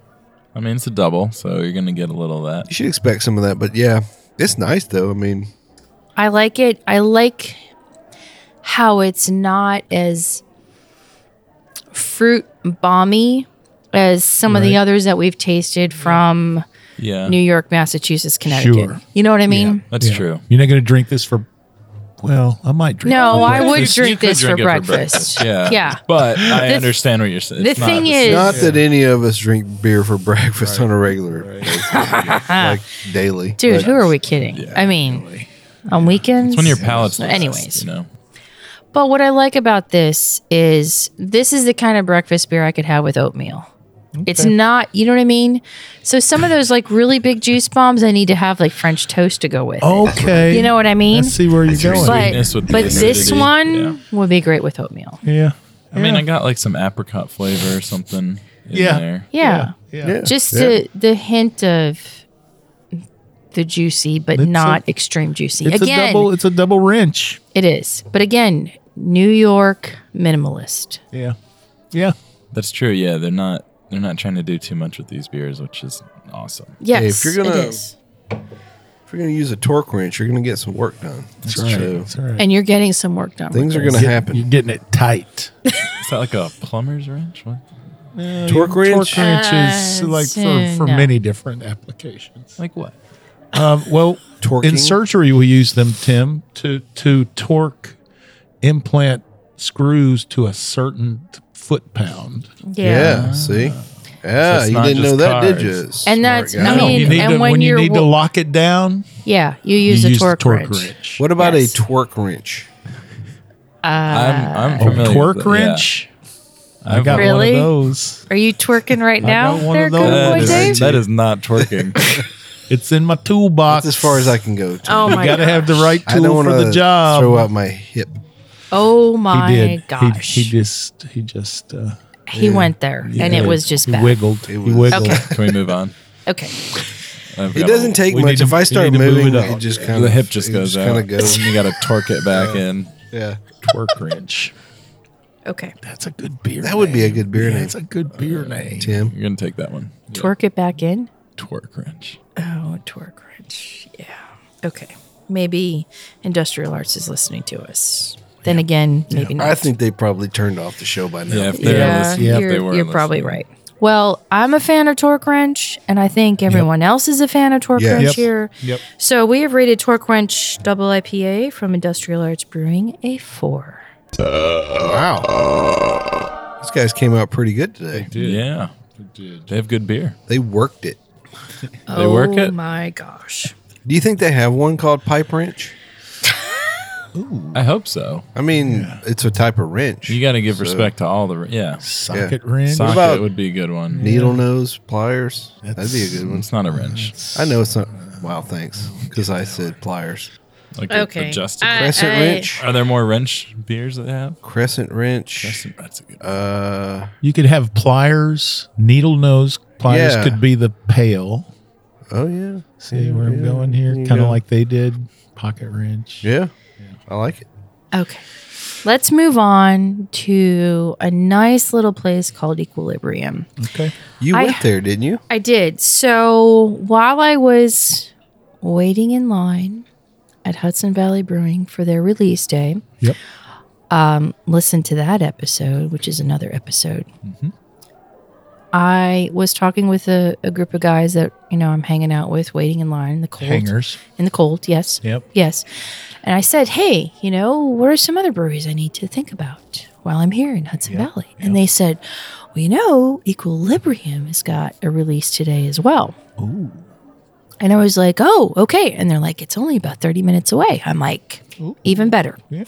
S3: I mean, it's a double, so you're gonna get a little of
S6: You
S3: that.
S6: should expect some of that, but yeah, it's nice though. I mean,
S2: I like it. I like how it's not as fruit bomby as some of the
S4: Right.
S2: others that we've tasted from
S3: Yeah,
S2: New York, Massachusetts, Connecticut.
S4: Sure.
S2: You know what I mean?
S3: that's
S4: Yeah.
S3: true.
S4: You're not going to drink this for well, I might drink it
S2: No,
S4: for
S2: I
S4: breakfast.
S2: would
S3: You- you
S2: drink
S3: could
S2: this
S3: drink
S2: for
S3: it
S2: breakfast.
S3: Yeah,
S2: Yeah.
S3: But I
S2: The-
S3: understand what you're saying.
S2: the
S3: It's not
S2: thing
S3: the
S2: is-
S3: same.
S6: not that any of us drink beer for breakfast on a regular basis, like daily.
S2: Dude,
S6: but
S2: who are we kidding? I mean, on weekends.
S3: it's when your palate's. not
S2: Anyways.
S3: best, you know,
S2: But what I like about this is this is the kind of breakfast beer I could have with oatmeal. It's not, you know what I mean? So some of those like really big juice bombs, I need to have like French toast to go with. it.
S4: Okay.
S2: You know what I mean?
S4: Let's see where you're going.
S2: But,
S3: Sweetness with the
S2: but this
S3: acidity,
S2: one
S3: yeah.
S2: would be great with oatmeal.
S4: yeah.
S3: I mean, I got like some apricot flavor or something. In
S4: Yeah.
S3: There.
S2: Yeah.
S4: yeah.
S2: Just The, the hint of the juicy, but
S4: It's
S2: not
S4: a-
S2: extreme juicy.
S4: It's
S2: again,
S4: a double it's a double wrench.
S2: it is. But again, New York minimalist.
S4: Yeah. Yeah.
S3: That's true. Yeah, they're not. They're not trying to do too much with these beers, which is awesome.
S2: Yes,
S6: if you're gonna-
S2: it is.
S6: If you're going to use a torque wrench, you're going to get some work done.
S4: That's right.
S6: So
S4: That's all right.
S2: And you're getting some work done.
S6: things are going to
S4: Get-
S6: happen.
S4: You're getting it tight.
S3: Is that like a plumber's wrench? What?
S6: Torque wrench.
S4: Torque wrenches
S2: Uh,
S4: like for,
S2: so
S4: for
S2: no.
S4: many different applications.
S3: Like what?
S4: Um, well,
S6: Torquing?
S4: in surgery, we use them, Tim, to to torque implant screws to a certain foot pound.
S6: Yeah. see? Yeah,
S3: it's
S6: you
S3: not
S6: didn't know
S3: just
S6: that, did
S3: cars.
S6: you?
S3: And
S6: Smart
S2: that's-
S6: guy.
S2: I mean-
S4: you need
S2: and
S4: to,
S2: when
S4: when, you
S2: you're
S4: need to
S2: wo-
S4: lock it down,
S2: Yeah, you use
S4: you
S2: a
S4: use
S2: torque,
S4: the torque
S2: wrench.
S4: wrench.
S6: what about
S2: Yes.
S6: a torque wrench?
S3: I'm, I'm
S2: Uh,
S4: Oh,
S3: familiar.
S4: torque
S3: with it, yeah.
S4: wrench. I
S3: I've-
S4: got one
S2: Really?
S4: of those.
S2: Are you twerking right now?
S4: got one
S2: There,
S4: of
S2: good
S4: those.
S2: boy
S3: That is,
S2: Dave.
S3: that is not twerking.
S4: It's in my toolbox.
S6: That's as far as I can go. To.
S2: Oh
S4: You
S2: my
S4: gotta have the
S2: gosh.
S4: right
S6: I
S4: tool for
S6: wanna
S4: the job.
S6: Throw out my hip.
S2: Oh my
S4: he did. He-
S2: gosh.
S4: He,
S2: He,
S4: just he just uh,
S2: went there and
S4: yeah,
S2: it was just
S4: he
S2: bad.
S4: wiggled.
S6: It
S4: He
S6: was-
S4: wiggled.
S2: Okay.
S3: Can we move on?
S2: Okay.
S3: I've
S6: It
S3: got
S6: doesn't
S3: a-
S6: take
S4: We need
S6: much.
S4: to-
S6: if I
S4: we
S6: start
S4: need to move
S6: moving,
S4: it
S6: it,
S4: up.
S6: just kind of
S3: The hip just goes
S6: Kind
S3: out.
S6: of goes.
S3: you got to torque it back in.
S6: yeah,
S4: Twerk wrench.
S2: Okay.
S4: That's a good beer. Uh,
S6: that would be a good beer name,
S4: That's a good beer name.
S6: Tim.
S3: You're gonna take that one.
S2: Twerk it back in.
S3: Torque wrench.
S2: Oh, twerk wrench. Yeah. Okay. Maybe Industrial Arts is listening to us. Then again, maybe not.
S6: I think they probably turned off the show by now.
S3: Yeah, if they're
S2: yeah,
S3: listening, if
S2: you're,
S3: they were
S2: you're
S3: listening.
S2: probably right. Well, I'm a fan of Torque Wrench, and I think everyone else is a fan of Torque
S6: Yeah.
S2: Wrench
S6: Yep.
S2: here.
S4: Yep.
S2: So we have rated Torque Wrench Double IPA from Industrial Arts Brewing a four.
S6: Wow, these guys came out pretty good today.
S3: Yeah, they have good beer.
S6: They worked it.
S3: They work
S2: oh
S3: it?
S2: my gosh.
S6: Do you think they have one called pipe wrench?
S3: I hope so.
S6: I mean, it's a type of wrench.
S3: You got to give respect to all the yeah.
S4: Socket
S6: Yeah.
S4: wrench.
S3: Socket
S6: about-
S3: would be a good one.
S6: needle nose pliers. That'd be a good one.
S3: It's not a wrench.
S6: I know it's not. Wow, thanks. Because I said pliers.
S3: Like
S2: Okay.
S3: adjusted.
S2: I-
S6: Crescent wrench.
S3: Are there more wrench beers that they have?
S6: Crescent wrench.
S3: That's, that's a good.
S6: Uh,
S4: You could have pliers, needle nose pliers
S6: Yeah.
S4: could be the pail.
S6: oh yeah,
S4: See where I'm going here?
S6: you
S4: Kind of
S6: go.
S4: like they did. Pocket wrench.
S6: yeah. I like it.
S2: Okay. Let's move on to a nice little place called Equilibrium.
S4: Okay.
S6: You
S2: I-
S6: went there, didn't you?
S2: I did. So while I was waiting in line at Hudson Valley Brewing for their release day,
S4: Yep.
S2: um, listen to that episode, which is another episode.
S4: Mm-hmm.
S2: I was talking with a, a group of guys that you know I'm hanging out with, waiting in line in the cold.
S4: Hangers.
S2: in the cold, yes,
S4: Yep.
S2: yes. And I said, hey, you know, what are some other breweries I need to think about while I'm here in Hudson Valley? And they said, well, you know, Equilibrium has got a release today as well.
S4: Ooh.
S2: And I was like, oh, okay. And they're like, it's only about 30 minutes away. I'm like, even better.
S4: Yeah.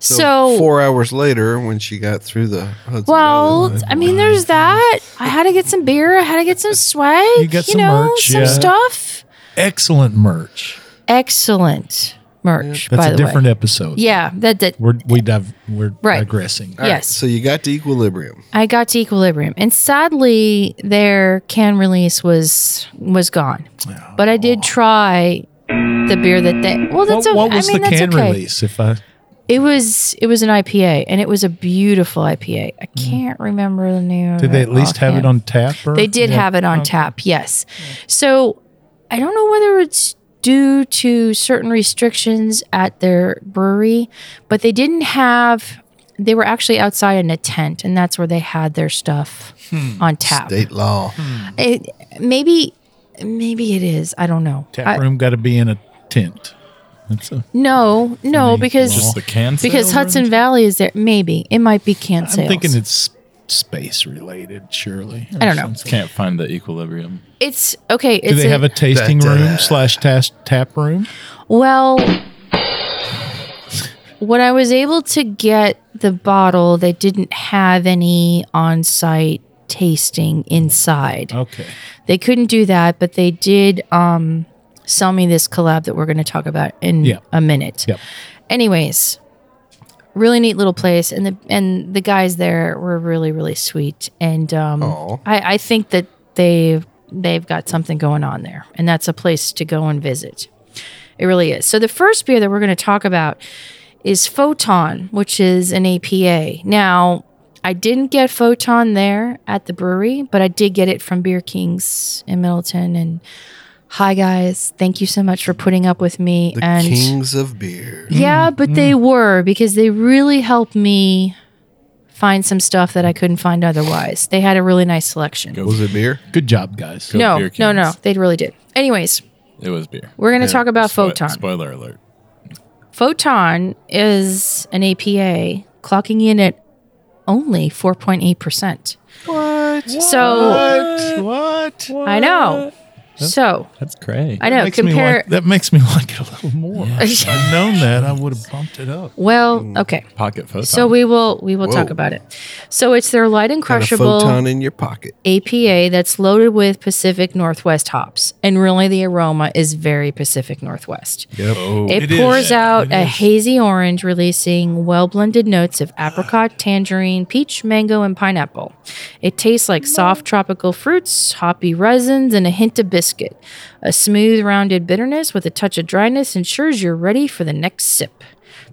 S2: So,
S6: four hours later, when she got through the Hudson Valley
S2: Well,
S6: line,
S2: I mean, there's that. I had to get some beer. I had to get some swag.
S4: You got some
S2: know,
S4: merch,
S2: some
S4: yeah.
S2: stuff.
S4: Excellent merch.
S2: Excellent merch.
S4: That's
S2: by
S4: a
S2: the
S4: different
S2: way.
S4: episode.
S2: Yeah, that that
S4: We're we dive we're
S2: Right.
S4: digressing.
S6: All right,
S2: yes.
S6: so you got to equilibrium.
S2: I got to equilibrium, and sadly, their can release was was gone. But I did try the beer that they. Well, that's
S4: what,
S2: okay.
S4: what was
S2: I mean,
S4: the
S2: that's
S4: can
S2: okay.
S4: release? If I
S2: It was it was an IPA, and it was a beautiful IPA. I can't remember the name. of
S4: Mm. did they at least have it
S2: offhand.
S4: on tap? Or,
S2: Uh, oh, They did
S4: Yeah.
S2: have it on tap, yes. So I don't know whether it's due to certain restrictions at their brewery, but they didn't have. They were actually outside in a tent, and that's where they had their stuff
S4: Hmm.
S2: on tap.
S6: Date law.
S2: Hmm. It, maybe, maybe it is. I don't know.
S4: Tap
S2: I-
S4: room got to be in a tent. That's a,
S2: no, no, because
S3: Just the can.
S2: because
S3: sale
S2: Hudson
S3: wrench?
S2: Valley is there. Maybe it might be can
S4: I'm
S2: sales.
S4: thinking it's space related. Surely.
S2: I don't know.
S3: can't find the equilibrium.
S2: It's okay.
S4: Do
S2: It's
S4: they have a tasting
S6: Da, da,
S4: room slash tas- tap room?
S2: Well, when I was able to get the bottle, they didn't have any on site tasting inside.
S4: Okay.
S2: They couldn't do that, but they did um, sell me this collab that we're going to talk about in
S4: Yeah.
S2: a minute.
S4: Yep.
S2: Anyways, really neat little place, and the and the guys there were really really sweet, and um,
S6: Aw.
S2: I, I think that they've they've got something going on there, and that's a place to go and visit. It really is. So the first beer that we're going to talk about is Photon, which is an APA. Now, I didn't get Photon there at the brewery, but I did get it from Beer Kings in Middleton. And hi, guys, thank you so much for putting up with me.
S6: The
S2: and
S6: kings of beer.
S2: yeah,
S3: Mm.
S2: but they were because they really helped me find some stuff that I couldn't find otherwise. They had a really nice selection.
S6: Was it beer?
S4: Good job, guys.
S2: No,
S3: Beer
S2: no, no,
S3: Kings.
S2: they really did. Anyways,
S3: It was beer.
S2: we're going to talk about
S3: Spo-
S2: Photon.
S3: Spoiler alert.
S2: Photon is an APA clocking in at only 4.8%. What? So
S4: What?
S2: I know. So
S3: That's great.
S2: I know.
S4: makes me
S2: Compare.
S4: like, that makes me like it a little more. If I'd known that, I would have bumped it up.
S2: well, okay.
S3: Pocket photon.
S2: So we will we will talk
S6: Whoa.
S2: about it. So it's their light and
S6: Got a
S2: crushable
S6: photon in your pocket.
S2: APA that's loaded with Pacific Northwest hops, and really the aroma is very Pacific Northwest.
S3: Oh,
S2: It,
S4: It
S2: pours
S4: is.
S2: out
S4: It
S2: a
S4: is.
S2: hazy orange, releasing well blended notes of apricot, tangerine, peach, mango, and pineapple. It tastes like soft tropical fruits, hoppy resins, and a hint of biscuit. A smooth, rounded bitterness with a touch of dryness ensures you're ready for the next sip.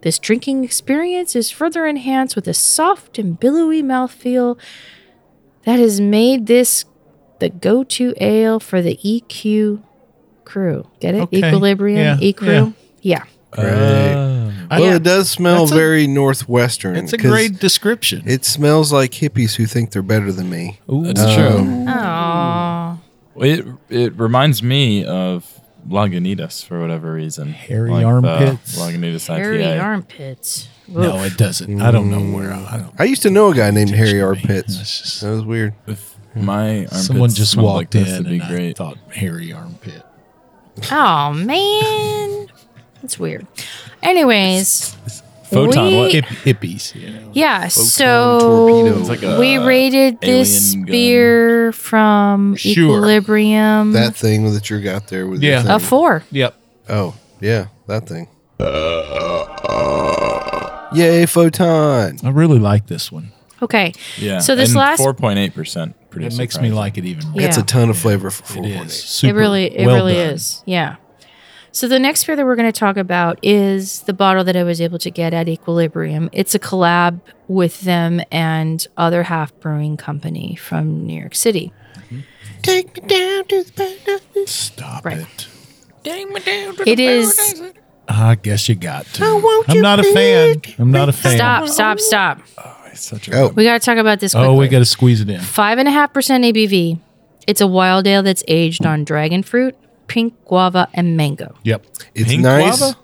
S2: This drinking experience is further enhanced with a soft and billowy mouthfeel that has made this the go to ale for the EQ crew. Get it?
S4: Okay.
S2: Equilibrium,
S4: Yeah.
S2: E crew. Yeah.
S4: I-
S6: Well, it does smell
S4: That's a-
S6: very northwestern.
S4: It's a
S6: 'cause
S4: great description.
S6: It smells like hippies who think they're better than me.
S3: That's true. It it reminds me of Lagunitas for whatever reason.
S4: Hairy
S3: the
S4: armpits.
S3: Lagunitas
S2: Hairy
S3: IPA.
S2: armpits.
S4: no, it doesn't. I don't know where. I don't.
S6: I used to know a guy named Harry R.
S4: That's
S6: Pitts.
S4: just-
S6: That was weird.
S3: If my armpits
S4: Someone just
S3: smelled
S4: walked
S3: like this,
S4: in
S3: It'd be
S4: and I
S3: great.
S4: thought hairy armpit.
S2: Oh man, that's weird. Anyways,
S3: Photon.
S2: We-
S3: What?
S4: Hip, hippies, you know.
S2: yeah. So
S6: torpedo. It's
S3: like a
S2: we rated this
S3: alien gun.
S2: beer from
S4: Sure.
S2: Equilibrium
S6: That thing that you got there with your
S4: Yeah.
S6: thing.
S2: a four.
S4: Yep.
S6: Oh, yeah, that thing. Yay, photon.
S4: I really like this one.
S2: Okay.
S3: Yeah.
S2: So this last
S3: four point eight percent. Pretty.
S4: It makes me
S3: surprising.
S4: like it even more.
S2: Yeah.
S6: That's a ton of flavor for four
S4: It
S6: point
S4: is
S6: eight.
S4: super.
S2: It really, it
S4: well
S2: really
S4: done.
S2: is. Yeah. So the next beer that we're going to talk about is the bottle that I was able to get at Equilibrium. It's a collab with them and other half brewing company from New York City.
S4: Stop
S2: Right.
S4: it.
S2: It is
S4: I guess you got to. I'm not a fan. I'm not a fan.
S2: stop, stop, stop.
S3: It's such a
S6: Oh,
S2: We got to talk about this.
S4: Oh,
S2: quickly.
S4: we got to squeeze it in.
S2: five and a half percent ABV. It's a wild ale that's aged on dragon fruit, pink guava, and mango.
S4: Yep.
S6: it's
S3: Pink
S6: nice.
S3: guava?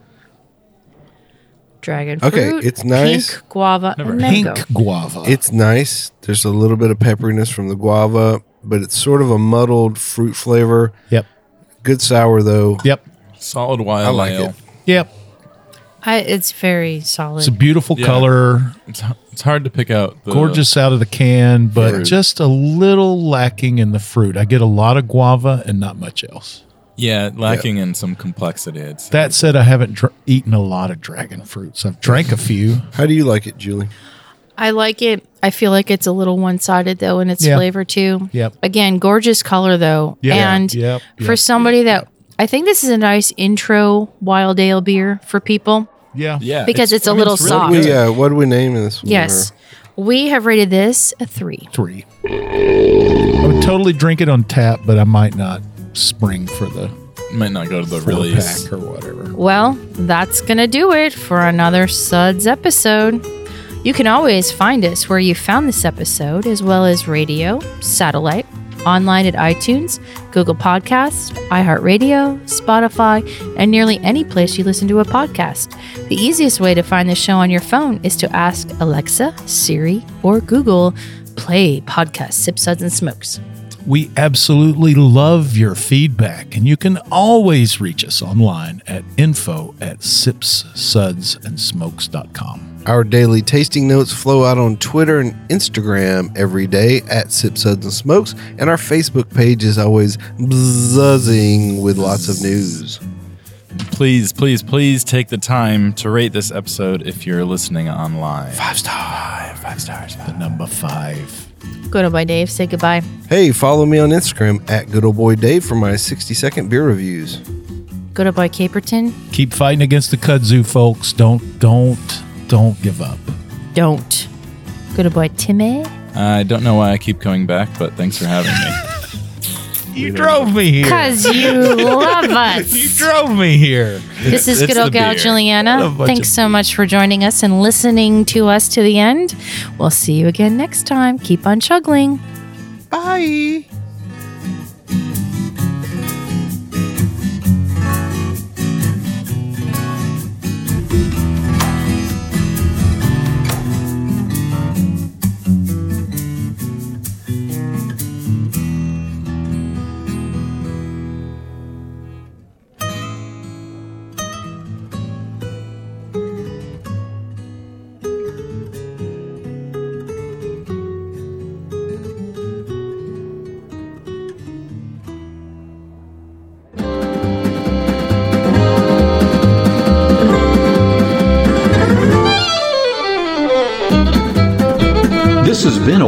S2: Dragon
S6: Okay,
S2: fruit.
S6: it's nice.
S2: Pink guava and mango.
S4: Pink guava.
S6: It's nice. There's a little bit of pepperiness from the guava, but it's sort of a muddled fruit flavor.
S4: yep.
S6: Good sour though.
S4: Yep.
S3: solid wild
S6: I like
S3: ale.
S6: it.
S4: Yep.
S2: I, it's very solid.
S4: It's a beautiful
S3: Yeah.
S4: color,
S3: It's, h- it's hard to pick out. The,
S4: gorgeous out of the can, but
S6: Fruit.
S4: just a little lacking in the fruit. I get a lot of guava and not much else.
S3: Yeah, lacking in some complexity. It's
S4: That said, I haven't dr- eaten a lot of dragon fruits. I've drank a few.
S6: How do you like it, Julie?
S2: I like it. I feel like it's a little one sided though in its
S4: Yeah.
S2: flavor too.
S4: Yep.
S2: Again, gorgeous color though.
S4: Yeah.
S2: And
S4: Yep,
S2: for
S4: yep,
S2: somebody that I think this is a nice intro wild ale beer for people
S4: Yeah.
S3: yeah
S2: because it's, a
S3: I mean,
S2: little
S3: really
S2: soft.
S3: good.
S6: We uh, what do we name this? one?
S2: Ah. Yes.
S6: Or-
S2: We have rated this a three.
S4: Three. I would totally drink it on tap, but I might not spring for the
S3: might not go to the
S4: four
S3: release.
S4: pack or whatever.
S2: Well, that's going to do it for another Suds episode. You can always find us where you found this episode, as well as radio, satellite, online at iTunes, Google Podcasts, iHeartRadio, Spotify, and nearly any place you listen to a podcast. The easiest way to find the show on your phone is to ask Alexa, Siri, or Google, play podcast Sip Suds and Smokes.
S4: We absolutely love your feedback, and you can always reach us online at info at sips, suds, and smokes.com.
S6: Our daily tasting notes flow out on Twitter and Instagram every day at Sip Suds and Smokes, and our Facebook page is always buzzing with lots of news.
S3: Please, please, please take the time to rate this episode if you're listening online. Five stars. Five stars.
S4: The number five.
S2: Good by Dave. Say goodbye.
S6: Hey, follow me on Instagram at Good Old Boy Dave for my 60 second beer reviews.
S2: Good by Caperton.
S4: Keep fighting against the kudzu, folks. Don't, don't, don't give up.
S2: Don't. Good by Timmy.
S3: I don't know why I keep coming back, but thanks for having me.
S4: You drove me here.
S2: Because you love us.
S4: drove me here.
S2: This is
S3: It's
S2: good old
S3: the
S2: gal
S3: beer.
S2: Juliana.
S4: bunch
S2: Thanks
S4: of
S2: so much for joining us and listening to us to the end. We'll see you again next time. Keep on chuggling.
S6: Bye.
S1: This has been a